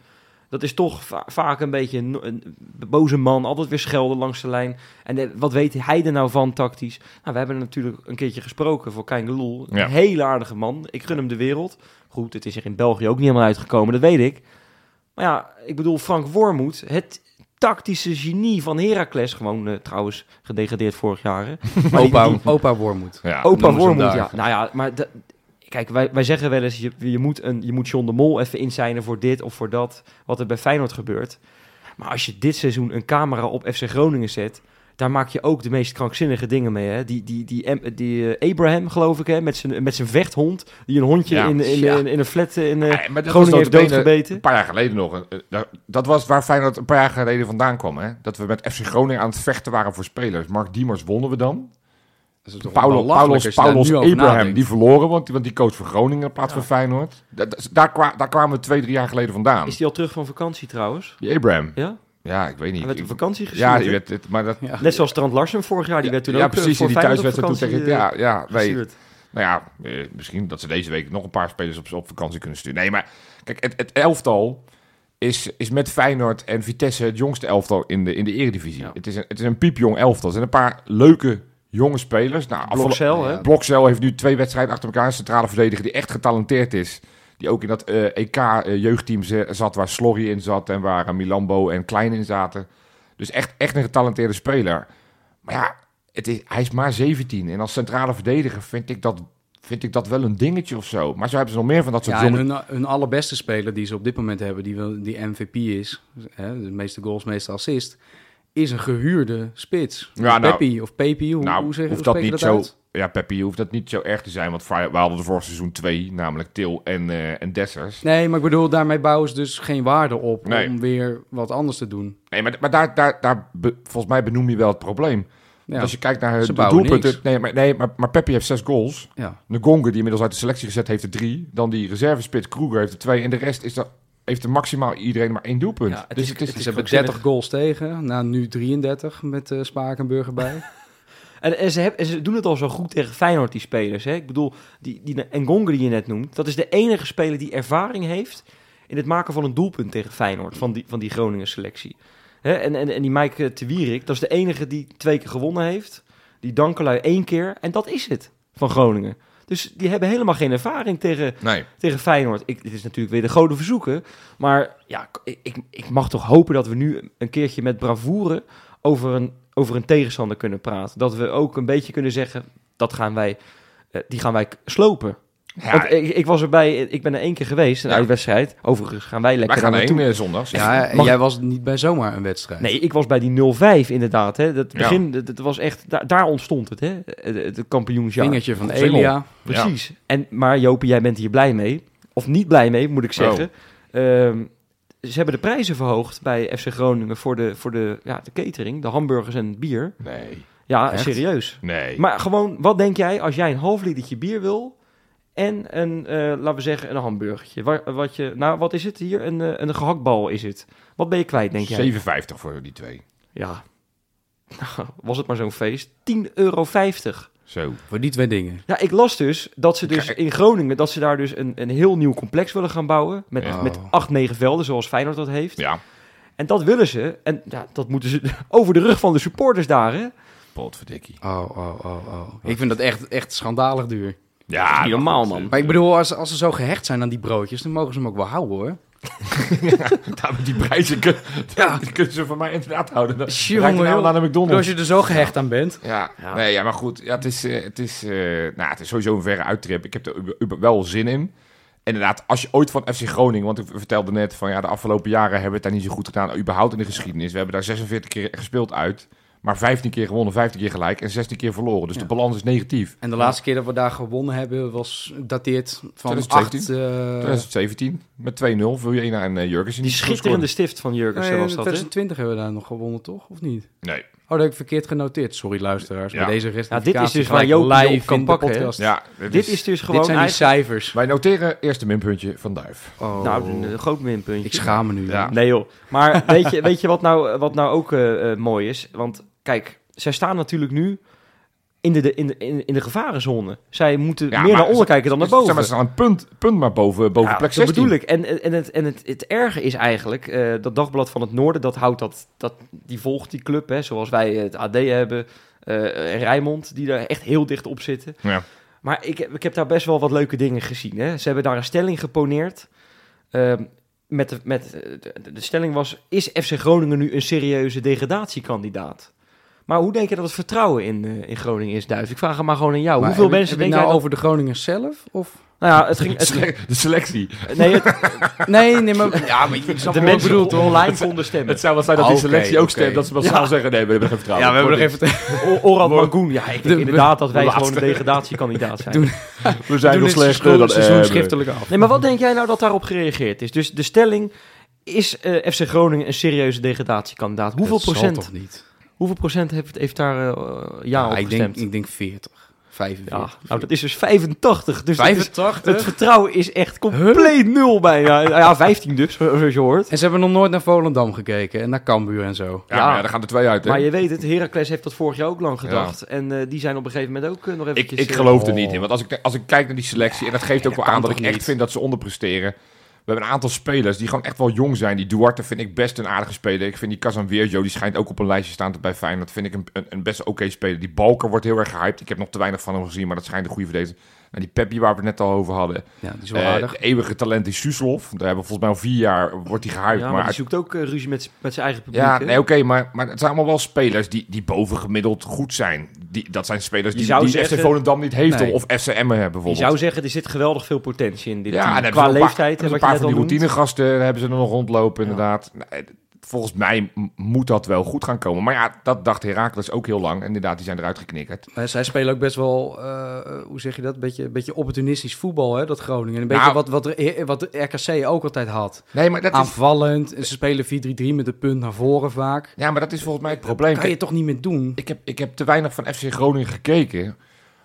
Speaker 2: Dat is toch va- vaak een beetje een, een boze man, altijd weer schelden langs de lijn. En eh, wat weet hij er nou van tactisch? Nou, we hebben natuurlijk een keertje gesproken voor Kein Geloel.
Speaker 1: Ja.
Speaker 2: Een hele aardige man. Ik gun hem de wereld. Goed, het is er in België ook niet helemaal uitgekomen, dat weet ik. Maar ja, ik bedoel, Frank Wormoed, het tactische genie van Heracles. Gewoon eh, trouwens gedegradeerd vorig jaar. hè. Maar die-
Speaker 3: Opa,
Speaker 2: die-
Speaker 3: opa Wormoed.
Speaker 1: ja.
Speaker 2: Opa
Speaker 3: noemen ze hem
Speaker 2: Wormoed, ja.
Speaker 3: daar.
Speaker 2: Nou ja, maar dat- kijk, wij, wij zeggen wel eens, je, je, moet een, je moet John de Mol even inzijnen voor dit of voor dat, wat er bij Feyenoord gebeurt. Maar als je dit seizoen een camera op FC Groningen zet, daar maak je ook de meest krankzinnige dingen mee. Hè? Die, die, die, Em- die eh, Abraham, geloof ik, hè? Met, zijn, met zijn vechthond, die een hondje
Speaker 1: Ja.
Speaker 2: in, in,
Speaker 3: Ja.
Speaker 2: in, in een flat eh, in eh,
Speaker 1: Ja, maar dat
Speaker 2: Groningen
Speaker 1: was
Speaker 2: heeft
Speaker 1: notabene Een
Speaker 2: doodgebeten.
Speaker 1: paar jaar geleden nog. Een- eh, dat- Dat was waar Feyenoord een paar jaar geleden vandaan kwam. Hè? Dat we met FC Groningen aan het vechten waren voor spelers. Mark Diemers wonnen we dan.
Speaker 3: Dat is toch
Speaker 1: Paulo,
Speaker 3: belachelijk
Speaker 1: Paulos,
Speaker 3: als je daar
Speaker 1: Paulos
Speaker 3: nu over
Speaker 1: Abraham,
Speaker 3: nadenkt.
Speaker 1: die verloren. Want die, want die coach voor Groningen in plaats van Feyenoord. Dat- dat- daar, kwa- daar kwamen we twee, drie jaar geleden vandaan.
Speaker 2: Is die al terug van vakantie trouwens?
Speaker 1: Die Abraham.
Speaker 2: Ja?
Speaker 1: Ja, ik weet niet.
Speaker 2: Hij werd op
Speaker 1: Ik-
Speaker 2: vakantie gezien.
Speaker 1: ja, die werd, het- maar dat...
Speaker 3: Ja.
Speaker 2: Net zoals Strand Larsen vorig jaar, die werd toen
Speaker 1: ja,
Speaker 2: ook eh,
Speaker 1: precies.
Speaker 2: voor
Speaker 1: In die
Speaker 2: Feyenoord op
Speaker 1: thuiswedstrijd toen tegen...
Speaker 2: vakantie, eh,
Speaker 1: Ja, ja, nee,
Speaker 2: gestuurd.
Speaker 1: Nou ja, eh, misschien dat ze deze week nog een paar spelers op, op vakantie kunnen sturen. Nee, maar kijk, het, het elftal is, is met Feyenoord en Vitesse het jongste elftal in de, in de eredivisie.
Speaker 2: Ja.
Speaker 1: Het, is een, het is een piepjong elftal. Er zijn een paar leuke jonge spelers. Nou, afgelopen-
Speaker 2: Blokcel, hè?
Speaker 3: Ja.
Speaker 1: Blokcel heeft nu twee wedstrijden achter elkaar. Een centrale verdediger die echt getalenteerd is. Die ook in dat eh, EK eh, jeugdteam ze- zat waar Slorry in zat en waar eh, Milambo en Klein in zaten. Dus echt, echt een getalenteerde speler. Maar ja, het is, hij is maar 17. En als centrale verdediger vind ik dat, vind ik dat wel een dingetje of zo. Maar zo hebben ze nog meer van dat soort
Speaker 3: Ja, en
Speaker 1: jongen.
Speaker 3: hun, hun allerbeste speler die ze op dit moment hebben, die, wel- die MVP is, hè, de meeste goals, meeste assist, is een gehuurde spits.
Speaker 1: Ja, nou-
Speaker 3: Pepi of Pepi, hoe,
Speaker 1: nou,
Speaker 3: hoe, zeg, hoe
Speaker 1: hoeft dat
Speaker 3: spreek je
Speaker 1: niet
Speaker 3: dat
Speaker 1: zo.
Speaker 3: uit?
Speaker 1: Ja, Peppi, hoeft dat niet zo erg te zijn. Want Fey- we hadden er vorig seizoen twee, namelijk Til en, eh en Dessers.
Speaker 3: Nee, maar ik bedoel, daarmee bouwen ze dus geen waarde op
Speaker 1: Nee.
Speaker 3: om weer wat anders te doen.
Speaker 1: Nee, maar, maar daar, daar, daar be- volgens mij benoem je wel het probleem.
Speaker 3: Ja,
Speaker 1: Als je kijkt naar
Speaker 3: Ze
Speaker 1: de
Speaker 3: bouwen
Speaker 1: doelpunten.
Speaker 3: niks.
Speaker 1: Nee, maar, nee maar, maar Peppi heeft zes goals.
Speaker 3: ja.
Speaker 1: Ngonge, die inmiddels uit de selectie gezet, heeft er drie. Dan die reservespits Kroeger heeft er twee. En de rest is dat, heeft er maximaal iedereen maar één doelpunt.
Speaker 2: Ja, het
Speaker 1: dus
Speaker 2: is-
Speaker 1: het is,
Speaker 2: het
Speaker 3: Ze
Speaker 2: is-
Speaker 3: hebben
Speaker 2: krankzinnig.
Speaker 3: 30 goals tegen, nou nu 33 met eh, Spakenburg erbij.
Speaker 2: En, en, ze heb- en ze doen het al zo goed tegen Feyenoord, die spelers. Hè? Ik bedoel, die, die Ngonge die je net noemt... dat is de enige speler die ervaring heeft... in het maken van een doelpunt tegen Feyenoord... van die, van die Groningen selectie. Hè? En, en, en die Mike eh, Tewierik, dat is de enige die twee keer gewonnen heeft. Die Dankelui één keer. En dat is het van Groningen. Dus die hebben helemaal geen ervaring tegen,
Speaker 1: nee.
Speaker 2: tegen Feyenoord. Ik, dit is natuurlijk weer de goden verzoeken. Maar ja, k- ik, ik, ik mag toch hopen dat we nu een keertje met bravoure over een, over een tegenstander kunnen praten. Dat we ook een beetje kunnen zeggen, dat gaan wij, eh, die gaan wij k- slopen.
Speaker 1: Ja,
Speaker 2: Want ik, ik was erbij, ik ben er één keer geweest, een
Speaker 1: Ja.
Speaker 2: uitwedstrijd. Overigens gaan wij lekker
Speaker 1: wij gaan
Speaker 2: daar
Speaker 1: heen
Speaker 2: naartoe.
Speaker 1: eh, zondags. Ja.
Speaker 3: Ja, en
Speaker 2: Mag-
Speaker 3: jij was niet bij zomaar een wedstrijd.
Speaker 2: Nee, ik was bij die 0-5 inderdaad. Hè. Dat
Speaker 1: Ja.
Speaker 2: begin, dat, dat was echt, daar, daar ontstond het, hè. Het, het kampioensjaar.
Speaker 3: Vingertje van
Speaker 1: Singel.
Speaker 3: Elia.
Speaker 2: Precies. En, maar Jopie, jij bent hier blij mee. Of niet blij mee, moet ik zeggen. Ehm, ze hebben de prijzen verhoogd bij FC Groningen voor de, voor de, ja, de catering, de hamburgers en het bier.
Speaker 1: Nee,
Speaker 2: Ja,
Speaker 3: Echt?
Speaker 2: serieus.
Speaker 1: nee.
Speaker 2: Maar gewoon, wat denk jij als jij een half litertje bier wil en een, eh, laten we zeggen, een hamburgertje? Wat, wat je, nou, wat is het hier? Een, eh, een gehaktbal is het. Wat ben je kwijt, denk jij?
Speaker 1: 57 voor die twee.
Speaker 2: Ja. was het maar zo'n feest. 10,50 euro.
Speaker 1: Zo.
Speaker 3: Voor die twee dingen.
Speaker 2: Ja, ik las dus dat ze dus
Speaker 1: Kijk.
Speaker 2: in Groningen, dat ze daar dus een, een heel nieuw complex willen gaan bouwen. Met,
Speaker 1: Ja.
Speaker 2: met acht, negen velden, zoals Feyenoord dat heeft.
Speaker 1: Oh. Ja,
Speaker 2: En dat willen ze. En ja, dat moeten ze over de rug van de supporters daar, hè?
Speaker 1: potverdikkie.
Speaker 3: Oh, oh, oh, oh. Ik vind dat echt, echt schandalig duur.
Speaker 1: Ja,
Speaker 2: Niet normaal,
Speaker 1: eh,
Speaker 2: man.
Speaker 3: Maar ik bedoel, als, als ze zo gehecht zijn aan die broodjes, dan mogen ze hem ook wel houden hoor.
Speaker 1: Daar met die prijzen kun-
Speaker 3: Ja.
Speaker 1: kunnen ze van mij inderdaad houden. Dan
Speaker 3: Jongen,
Speaker 1: raak ik nou
Speaker 3: jongen.
Speaker 1: aan de
Speaker 3: Als
Speaker 1: McDonald's.
Speaker 3: je er zo gehecht aan bent.
Speaker 1: Ja,
Speaker 2: Ja.
Speaker 1: Nee, ja, maar goed. Ja, het, is, eh, het, is, eh, nou, het is sowieso een verre uittrip. Ik heb er ub- ub- wel zin in. Inderdaad, als je ooit van FC Groningen... Want ik vertelde net van ja, de afgelopen jaren hebben we het daar niet zo goed gedaan. Überhaupt in de geschiedenis. We hebben daar 46 keer gespeeld uit. Maar 15 keer gewonnen, 15 keer gelijk en 16 keer verloren. Dus
Speaker 3: Ja.
Speaker 1: de balans is negatief. Eh,
Speaker 3: En de laatste keer dat we daar gewonnen hebben, was dateerd van
Speaker 1: 2017.
Speaker 3: 8... eh
Speaker 1: 2017 met 2-0 voor je en uh, Jurgensen.
Speaker 2: Die
Speaker 1: niet
Speaker 2: schitterende stift van Jurgensen
Speaker 3: nee, in
Speaker 2: was dat, hè?
Speaker 3: 2020 hebben we daar nog gewonnen, toch? Of niet?
Speaker 1: scoren. Nee,
Speaker 3: Oh, dat heb ik verkeerd genoteerd. Sorry, luisteraars.
Speaker 1: Ja.
Speaker 3: Bij deze rest
Speaker 2: Ja, dit is dus waar Joop je op kan pakken, hè?
Speaker 1: ja, dit
Speaker 2: Dit
Speaker 1: is-
Speaker 2: is dus
Speaker 3: Dit
Speaker 2: gewoon
Speaker 3: zijn die
Speaker 2: eigenlijk...
Speaker 3: cijfers.
Speaker 1: Wij noteren eerst een minpuntje van Duif.
Speaker 3: Oh,
Speaker 2: Nou, een, eh, groot minpuntje.
Speaker 3: ik schaam me nu.
Speaker 1: Ja.
Speaker 2: Nee joh. Maar weet je, weet je wat, nou, wat nou ook eh, eh, mooi is? Want kijk, zij staan natuurlijk nu in de, de- in de, in de, in de gevarenzone. Zij moeten meer
Speaker 1: Ja, maar
Speaker 2: naar onder
Speaker 1: ze-
Speaker 2: kijken dan naar
Speaker 1: Zeg maar,
Speaker 2: boven.
Speaker 1: ze staan een punt, punt maar boven, boven
Speaker 2: Ja,
Speaker 1: plek
Speaker 2: dat
Speaker 1: 16.
Speaker 2: bedoel ik. En, en, het, en het, het erge is eigenlijk, eh, dat Dagblad van het Noorden, dat houdt dat, dat die volgt die club, hè, zoals wij het AD hebben, eh en Rijmond, die daar echt heel dicht op zitten.
Speaker 1: Ja.
Speaker 2: Maar ik, heb- ik heb daar best wel wat leuke dingen gezien. Hè. Ze hebben daar een stelling geponeerd. Ehm, met de, met, eh, de, de stelling was, is FC Groningen nu een serieuze degradatiekandidaat? Maar hoe denk je dat het vertrouwen in, eh, in Groningen is, Duif? Ik vraag het maar gewoon aan jou.
Speaker 3: Maar
Speaker 2: Hoeveel
Speaker 3: heb je-
Speaker 2: mensen
Speaker 3: heb je
Speaker 2: denken
Speaker 3: nou
Speaker 2: jij
Speaker 3: over de Groningers zelf? Of?
Speaker 2: dat- Nou ja, het ging...
Speaker 1: De,
Speaker 2: Het ging
Speaker 1: sele- de selectie.
Speaker 2: nee, het,
Speaker 3: Nee, nee, maar... Ja, maar ik snap
Speaker 2: de
Speaker 3: wat ik
Speaker 2: mensen
Speaker 3: bedoel,
Speaker 2: die
Speaker 3: toch?
Speaker 2: online konden stemmen.
Speaker 1: Het zou wel zijn dat
Speaker 3: Oh,
Speaker 1: die selectie
Speaker 3: oké,
Speaker 1: ook
Speaker 3: oké.
Speaker 1: stemt. Dat ze massaal zeggen, nee, we hebben geen vertrouwen.
Speaker 3: Ja, we hebben nog
Speaker 1: Wordt
Speaker 3: even... te-
Speaker 2: O- Oran Mangoen, ja, ik denk
Speaker 3: De-
Speaker 2: inderdaad dat wij
Speaker 1: de
Speaker 2: gewoon een
Speaker 1: laatste.
Speaker 2: degradatiekandidaat zijn.
Speaker 1: niks. We
Speaker 3: doen
Speaker 1: zijn nog
Speaker 3: dit
Speaker 1: slechter dan
Speaker 3: seizoen- seizoen
Speaker 1: eh,
Speaker 3: schriftelijk af.
Speaker 2: Nee, maar wat denk jij nou dat daarop gereageerd is? Dus de stelling, is eh, FC Groningen een serieuze degradatiekandidaat? Hoeveel
Speaker 3: Dat zal
Speaker 2: procent,
Speaker 3: toch niet?
Speaker 2: hoeveel procent heeft, heeft daar eh, ja op
Speaker 3: Ja, ik
Speaker 2: gestemd?
Speaker 3: denk, ik denk 40, 45.
Speaker 2: ja, nou, dat is dus 85. Dus dat is-
Speaker 3: 85?
Speaker 2: het vertrouwen is echt compleet nul bijna. Ja, Ja, 15 dus, zo- zoals je hoort.
Speaker 3: En ze hebben nog nooit naar Volendam gekeken en naar Cambuur en zo.
Speaker 1: Ja, maar ja, daar gaan er twee uit. Hè?
Speaker 2: Maar je weet het, Heracles heeft dat vorig jaar ook lang gedacht. En eh, die zijn op een gegeven moment ook eh, nog
Speaker 1: ik,
Speaker 2: eventjes...
Speaker 1: ik
Speaker 2: eh,
Speaker 1: geloof er
Speaker 3: oh.
Speaker 1: niet in. Want als ik, als ik kijk naar die selectie, en dat geeft ook wel
Speaker 3: kan
Speaker 1: aan dat ik
Speaker 3: toch
Speaker 1: echt
Speaker 3: niet?
Speaker 1: vind dat ze onderpresteren. We hebben een aantal spelers die gewoon echt wel jong zijn. Die Duarte vind ik best een aardige speler. Ik vind die Casanweerjo, die schijnt ook op een lijstje staan te bij Feyenoord. Vind ik een, een, een best oké speler. Die Balker wordt heel erg gehyped. Ik heb nog te weinig van hem gezien, maar dat schijnt een goede verdediger. En die Peppi waar we het net al over hadden.
Speaker 3: Ja, die is wel
Speaker 1: Eh
Speaker 3: aardig.
Speaker 1: de eeuwige talent is Suslov. Daar hebben we volgens mij al vier jaar wordt hij gehyped.
Speaker 2: ja, maar
Speaker 1: maar
Speaker 2: die zoekt ook eh, ruzie met, met zijn eigen publiek.
Speaker 1: Ja,
Speaker 2: hè?
Speaker 1: nee, oké, maar, maar het zijn allemaal wel spelers die, die bovengemiddeld goed zijn. Die, dat zijn spelers
Speaker 2: Je
Speaker 1: die,
Speaker 2: zou
Speaker 1: die
Speaker 2: zeggen-
Speaker 1: FC Volendam niet heeft
Speaker 3: Nee.
Speaker 1: of FCM hebben
Speaker 2: Je
Speaker 1: bijvoorbeeld.
Speaker 2: zou zeggen, er zit geweldig veel potentie in dit
Speaker 1: ja, en
Speaker 2: team.
Speaker 1: hebben
Speaker 2: Qua
Speaker 1: ze een paar-
Speaker 2: leeftijd en wat
Speaker 1: hebben ze
Speaker 2: je
Speaker 1: een
Speaker 2: net
Speaker 1: paar
Speaker 2: al
Speaker 1: van die
Speaker 2: noemt.
Speaker 1: routinegasten hebben ze er nog rondlopen
Speaker 2: Ja.
Speaker 1: inderdaad. Nee, d- volgens mij m- moet dat wel goed gaan komen. Maar ja, dat dacht Heracles ook heel lang. En Inderdaad, die zijn eruit geknikkerd.
Speaker 3: Maar zij spelen ook best wel, eh, hoe zeg je dat, beetje, beetje opportunistisch voetbal, hè, dat Groningen. Een beetje
Speaker 1: Nou.
Speaker 3: wat, wat, de- wat de RKC ook altijd had.
Speaker 1: Nee, maar dat is,
Speaker 3: Aanvallend, en ze spelen 4-3-3 met een punt naar voren vaak.
Speaker 1: ja, maar dat is volgens mij het probleem.
Speaker 3: Kan je toch niet meer doen?
Speaker 1: Ik heb, ik heb te weinig van FC Groningen gekeken.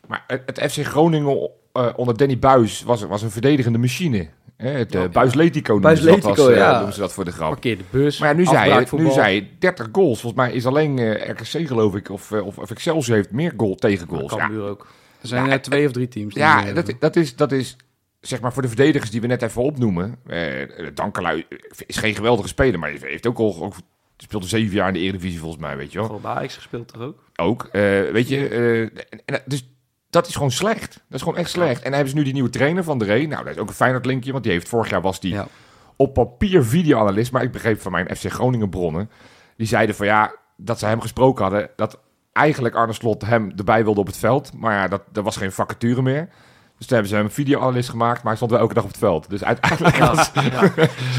Speaker 1: Maar het, het FC Groningen eh, onder Danny Buis was, was een verdedigende machine. Eh, het eh, Buisletico noemen ze dat, als,
Speaker 3: Buisletico,
Speaker 1: eh,
Speaker 3: ja.
Speaker 1: noemen ze dat voor de grap.
Speaker 3: Parkeer de bus,
Speaker 1: Maar ja, nu zei, je, nu
Speaker 3: afbraakvoetbal.
Speaker 1: zei je 30 goals. Volgens mij is alleen eh, RKC geloof ik, of, eh, of, of Excelsior heeft meer goal, tegen goals. Ja,
Speaker 2: Cambuur ook.
Speaker 3: Er zijn
Speaker 1: Ja,
Speaker 3: eh, twee of drie teams. die
Speaker 1: ja
Speaker 3: eh,
Speaker 1: dat, dat, is, dat is zeg maar voor de verdedigers die we net even opnoemen. Eh Dankelui is geen geweldige speler, maar heeft ook al... Ook, speelde zeven jaar in de Eredivisie volgens mij, weet je wel.
Speaker 2: Vooral bij Ajax gespeeld toch ook?
Speaker 1: ook. Eh, weet je, eh, en- en- dus dat is gewoon slecht. Dat is gewoon echt slecht. En dan hebben ze nu die nieuwe trainer van de Ree. Nou, dat is ook een Feyenoord linkje, want die heeft vorig jaar was die
Speaker 3: Ja.
Speaker 1: op papier videoanalist. Maar ik begreep van mijn FC Groningen bronnen, die zeiden van ja, dat ze hem gesproken hadden, dat eigenlijk Arne Slot hem erbij wilde op het veld. Maar ja, dat, er was geen vacature meer. Dus toen hebben ze hem een videoanalist gemaakt, maar hij stond wel elke dag op het veld. Dus uiteindelijk was...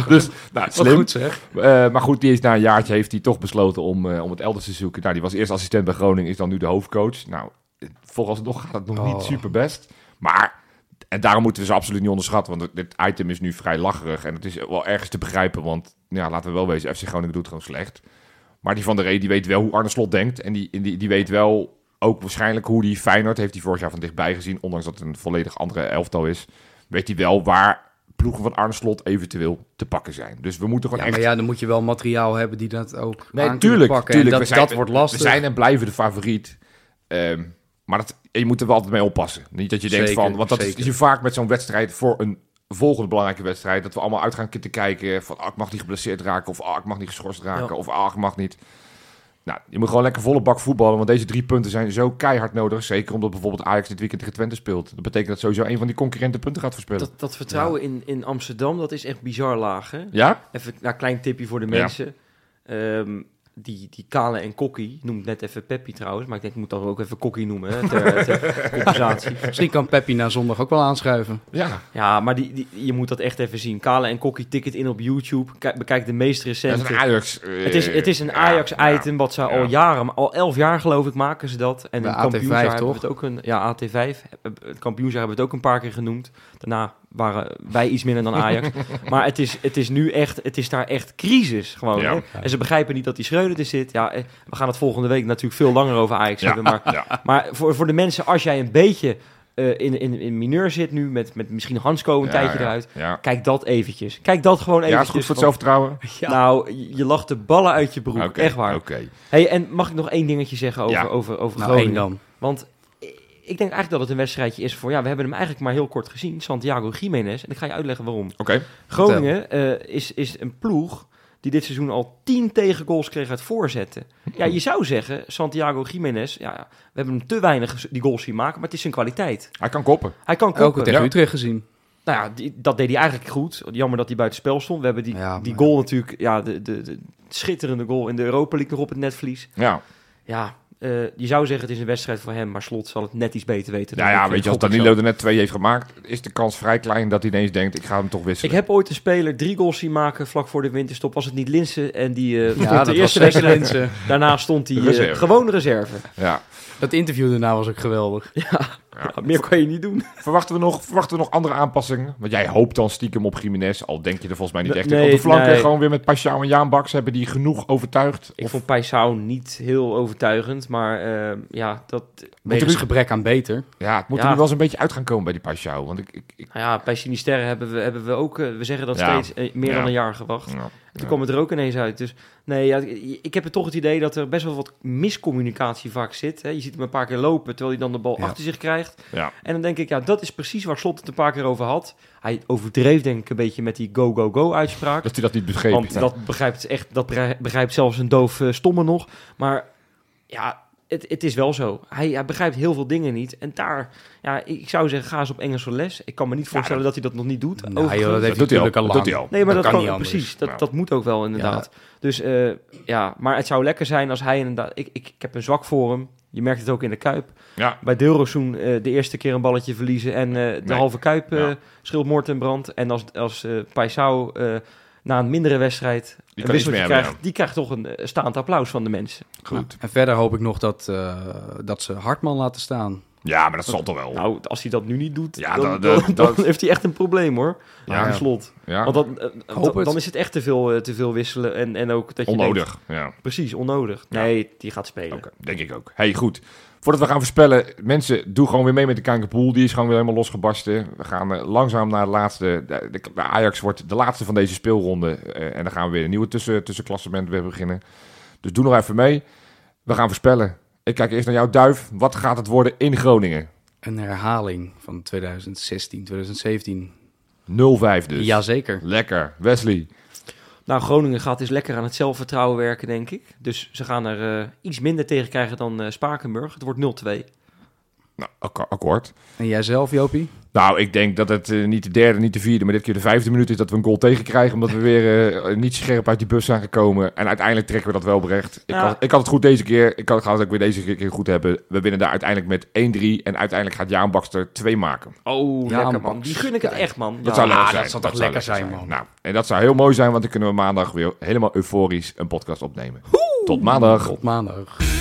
Speaker 1: dus, nou,
Speaker 3: Wat
Speaker 1: slim.
Speaker 3: goed zeg.
Speaker 1: Eh, maar goed, die is na een jaartje heeft hij toch besloten om, eh, om het elders te zoeken. Nou, die was eerst assistent bij Groningen, is dan nu de hoofdcoach. Nou, eh, vooralsnog gaat het nog
Speaker 3: Oh.
Speaker 1: niet super best. Maar, en daarom moeten we ze absoluut niet onderschatten. Want dit item is nu vrij lacherig. En het is wel ergens te begrijpen. Want ja, laten we wel wezen, FC Groningen doet gewoon slecht. Maar die van der Rey, die weet wel hoe Arne Slot denkt. En die, die, die weet wel ook waarschijnlijk hoe die Feyenoord... heeft hij vorig jaar van dichtbij gezien. Ondanks dat het een volledig andere elftal is. Weet hij wel waar ploegen van Arne Slot eventueel te pakken zijn. Dus we moeten
Speaker 3: Ja,
Speaker 1: gewoon
Speaker 3: maar
Speaker 1: echt...
Speaker 3: ja, dan moet je wel materiaal hebben die dat ook
Speaker 1: Nee,
Speaker 3: aan
Speaker 1: tuurlijk,
Speaker 3: kunnen pakken.
Speaker 1: tuurlijk,
Speaker 3: en
Speaker 1: we
Speaker 3: dat,
Speaker 1: zijn-
Speaker 3: dat wordt lastig.
Speaker 1: We zijn en blijven de favoriet. Ehm, maar dat, je moet er wel altijd mee oppassen. Niet dat je denkt
Speaker 3: Zeker,
Speaker 1: van... Want dat is,
Speaker 3: zeker.
Speaker 1: is je vaak met zo'n wedstrijd voor een volgende belangrijke wedstrijd... dat we allemaal uit gaan te kijken van... ah, ik mag niet geblesseerd raken of ah, ik mag niet geschorst raken...
Speaker 2: Ja.
Speaker 1: of ah, ik mag niet... Nou, je moet gewoon lekker volle bak voetballen, want deze drie punten zijn zo keihard nodig. Zeker omdat bijvoorbeeld Ajax dit weekend tegen Twente speelt. Dat betekent dat sowieso een van die concurrenten punten gaat verspillen.
Speaker 2: Dat, dat vertrouwen in, in Amsterdam, dat is echt bizar laag, hè?
Speaker 1: Ja?
Speaker 2: Even nou, een klein tipje voor de
Speaker 1: Ja.
Speaker 2: mensen. Ehm, die, die Kale en Kokkie, noemt net even Peppi trouwens, maar ik denk ik moet dat ook even Kokkie noemen, hè, ter, ter compensatie.
Speaker 3: Misschien Dus kan Peppi na zondag ook wel aanschuiven.
Speaker 1: Ja.
Speaker 2: Ja, maar die, die, je moet dat echt even zien. Kale en Kokkie, ticket in op YouTube, Kijk- bekijk de meest
Speaker 1: Dat is
Speaker 2: recente.
Speaker 1: een Ajax... eh,
Speaker 2: het, is, het is een
Speaker 1: ja,
Speaker 2: Ajax-item
Speaker 1: ja.
Speaker 2: wat ze
Speaker 1: Ja.
Speaker 2: al jaren, maar al elf jaar geloof ik, maken ze dat. En
Speaker 3: Bij
Speaker 2: in het
Speaker 3: AT5
Speaker 2: kampioensjaar hebben we
Speaker 3: toch?
Speaker 2: het ook een... Ja, AT5. Heb- eh, Het kampioensjaar hebben we het ook een paar keer genoemd. Daarna waren wij iets minder dan Ajax. maar het is, het is nu echt... Het is daar echt crisis gewoon.
Speaker 1: Ja.
Speaker 2: hè? En ze begrijpen niet dat die Schreuder er zit. Ja, eh, we gaan het volgende week natuurlijk veel langer over Ajax
Speaker 1: Ja.
Speaker 2: hebben. Maar,
Speaker 1: Ja.
Speaker 2: maar voor, voor de mensen, als jij een beetje eh, in, in, in mineur zit nu... Met, met misschien Hansco een
Speaker 1: Ja,
Speaker 2: tijdje
Speaker 1: ja,
Speaker 2: eruit.
Speaker 1: Ja.
Speaker 2: Kijk dat eventjes. Kijk dat gewoon
Speaker 1: Ja,
Speaker 2: eventjes.
Speaker 1: is goed voor
Speaker 2: want-
Speaker 1: het zelfvertrouwen.
Speaker 2: Nou, je- je lacht de ballen uit je broek.
Speaker 1: Oké,
Speaker 2: Echt waar.
Speaker 1: Oké.
Speaker 2: Hey, en mag ik nog één dingetje zeggen over,
Speaker 1: Ja.
Speaker 2: over, over
Speaker 3: Nou, één
Speaker 2: Groningen?
Speaker 3: dan.
Speaker 2: Want ik denk eigenlijk dat het een wedstrijdje is voor... Ja, we hebben hem eigenlijk maar heel kort gezien. Santiago Jiménez. En ik ga je uitleggen waarom.
Speaker 1: Oké.
Speaker 2: Groningen eh, is, is een ploeg die dit seizoen al tien tegengoals kreeg uit voorzetten. Ja, je zou zeggen, Santiago Jiménez... Ja, we hebben hem te weinig die goals zien maken, maar het is zijn kwaliteit.
Speaker 1: Hij kan koppen.
Speaker 2: Hij kan
Speaker 3: Ook
Speaker 2: kopen.
Speaker 3: tegen
Speaker 1: Ja.
Speaker 3: Utrecht gezien.
Speaker 2: Nou ja, die- dat deed hij eigenlijk goed. Jammer dat hij buiten spel stond. We hebben die,
Speaker 3: Ja,
Speaker 2: die
Speaker 3: maar-
Speaker 2: goal natuurlijk, ja, de, de, de schitterende goal in de Europa League nog op het netvlies.
Speaker 1: Ja.
Speaker 2: Ja, eh, je zou zeggen het is een wedstrijd voor hem, maar Slot zal het net iets beter weten. dan
Speaker 1: Nou ja,
Speaker 2: ik.
Speaker 1: weet je, als
Speaker 2: Gok ik
Speaker 1: Danilo
Speaker 2: zo.
Speaker 1: er net twee heeft gemaakt, is de kans vrij klein dat hij ineens denkt, ik ga hem toch
Speaker 2: Ik
Speaker 1: wisselen.
Speaker 2: heb ooit een speler drie goals zien maken vlak voor de winterstop. Was het niet Linsen en die eh, stond
Speaker 3: Ja,
Speaker 2: de
Speaker 3: dat was
Speaker 2: eerste
Speaker 3: zeker
Speaker 2: wedstrijd.
Speaker 3: mensen.
Speaker 2: Daarna stond hij eh,
Speaker 1: Reserve.
Speaker 2: gewoon reserve.
Speaker 1: Ja.
Speaker 3: Dat interview daarna was ook geweldig.
Speaker 2: Ja, meer kan je niet doen.
Speaker 1: Verwachten, we nog, verwachten we nog andere aanpassingen? Want jij hoopt dan stiekem op Jiménez, al denk je er volgens mij niet
Speaker 2: Nee,
Speaker 1: echt in. Op de flanken
Speaker 2: nee.
Speaker 1: gewoon weer met Pashao en Jaanbaks hebben die genoeg overtuigd.
Speaker 2: Ik
Speaker 1: Of-
Speaker 2: vond Paisao niet heel overtuigend, maar eh, ja, dat,
Speaker 3: Wegens
Speaker 1: Ruud-
Speaker 3: Dus gebrek aan beter.
Speaker 1: ja, het moet
Speaker 2: Ja.
Speaker 1: er nu wel eens een beetje uit gaan komen bij die Pashao. Want ik... ik, ik
Speaker 2: Nou ja, bij Sinisterre hebben we, hebben we ook, eh, we zeggen dat
Speaker 1: Ja.
Speaker 2: steeds, eh, meer
Speaker 1: Ja.
Speaker 2: dan een jaar gewacht.
Speaker 1: ja.
Speaker 2: Toen kwam het er ook ineens uit. Dus nee, ja, ik- ik heb er toch het idee dat er best wel wat miscommunicatie vaak zit. Hè. Je ziet hem een paar keer lopen, terwijl hij dan de bal
Speaker 3: Ja.
Speaker 2: achter zich krijgt.
Speaker 1: Ja.
Speaker 2: En dan denk ik, ja, dat is precies waar Slot het een paar keer over had. Hij overdreef denk ik een beetje met die go-go-go-uitspraak.
Speaker 1: Dat hij dat niet begreep.
Speaker 2: Want dat begrijpt echt, dat bre- begrijpt zelfs een doof eh, stomme nog. Maar ja, het, het is wel zo. Hij, hij begrijpt heel veel dingen niet. En daar, ja, ik zou zeggen, ga eens op Engelse les. Ik kan me niet voorstellen dat, hij dat nog niet doet.
Speaker 3: Nou,
Speaker 2: overigens.
Speaker 3: joh, dat heeft
Speaker 1: doet hij al.
Speaker 3: natuurlijk al
Speaker 1: Dat doet hij
Speaker 3: lang.
Speaker 1: al.
Speaker 2: Nee, maar dat,
Speaker 3: kan
Speaker 2: kan,
Speaker 3: niet anders.
Speaker 2: precies. Dat,
Speaker 1: Nou.
Speaker 2: dat moet ook wel inderdaad. Dus eh, ja, maar het zou lekker zijn als hij inderdaad. Ik, ik, ik heb een zwak voor hem. Je merkt het ook in de kuip.
Speaker 1: Ja.
Speaker 2: Bij Deelrozoen eh de eerste keer een balletje verliezen en eh, de
Speaker 1: Nee.
Speaker 2: halve kuip eh
Speaker 1: Ja.
Speaker 2: scheelt moord en brand. En als, als eh Paisao eh, na een mindere wedstrijd
Speaker 1: kan
Speaker 2: een
Speaker 1: iets
Speaker 2: wisseltje
Speaker 1: meer
Speaker 2: krijgt,
Speaker 1: hebben,
Speaker 2: die krijgt toch een eh, staand applaus van de mensen.
Speaker 1: Goed.
Speaker 3: Nou, En verder hoop ik nog dat, eh, dat ze Hartman laten staan.
Speaker 1: Ja, maar dat zal toch wel.
Speaker 2: Nou, als hij dat nu niet doet,
Speaker 1: Oh. Ja,
Speaker 2: dan,
Speaker 1: dat-
Speaker 2: dan-
Speaker 1: dat-
Speaker 2: dan
Speaker 1: dat-
Speaker 2: heeft hij echt een probleem hoor.
Speaker 1: Ja.
Speaker 2: Ja, slot.
Speaker 1: Ja.
Speaker 2: Want dan, eh,
Speaker 3: hoop
Speaker 2: dan,
Speaker 3: het.
Speaker 2: dan is het echt te veel, eh, te veel wisselen en, en ook dat je denkt,
Speaker 1: Onnodig. Ja.
Speaker 2: Precies, onnodig. Nou,
Speaker 1: Ja.
Speaker 2: Nee, die gaat spelen.
Speaker 1: Oké, denk ik ook. Hey, goed. Voordat we gaan voorspellen, mensen, doe gewoon weer mee met de Kankerpool. Die is gewoon weer helemaal losgebarsten. We gaan eh, langzaam naar de laatste. De, de- de Ajax wordt de laatste van deze speelronde. Eh, en dan gaan we weer een nieuwe tussen, tussenklassement weer beginnen. Dus doe nog even mee. We gaan voorspellen. Ik kijk eerst naar jou, Duif. Wat gaat het worden in Groningen? 0-5
Speaker 3: Een herhaling van 2016, 2017.
Speaker 1: dus.
Speaker 3: Jazeker.
Speaker 1: Lekker. Wesley.
Speaker 2: Nou, Groningen gaat dus lekker aan het zelfvertrouwen werken, denk ik. Dus ze gaan er eh, iets minder tegen krijgen dan eh, Spakenburg. Het wordt 0-2.
Speaker 1: Nou, ak- akkoord.
Speaker 3: En jij zelf, Jopie?
Speaker 1: Nou, ik denk dat het eh, niet de derde, niet de vierde, maar dit keer de vijfde minuut is dat we een goal tegenkrijgen. Omdat we weer eh, niet scherp uit die bus zijn gekomen. En uiteindelijk trekken we dat wel berecht. Ik,
Speaker 2: Ja.
Speaker 1: had, ik had het goed deze keer. Ik had, ga het ook weer deze keer goed hebben. We winnen daar uiteindelijk met 1-3. En uiteindelijk gaat Jaan Bakster 2 maken.
Speaker 2: Oh,
Speaker 3: Ja,
Speaker 2: lekker man.
Speaker 3: Max.
Speaker 2: Die gun ik het
Speaker 3: Kijk.
Speaker 2: echt, man.
Speaker 1: Dat
Speaker 2: Ja.
Speaker 1: zou leuk
Speaker 3: Ah, dat
Speaker 1: zijn.
Speaker 3: zou toch lekker zijn, man.
Speaker 1: Nou, en dat zou heel mooi zijn, want dan kunnen we maandag weer helemaal euforisch een podcast opnemen. Tot maandag.
Speaker 3: Op maandag.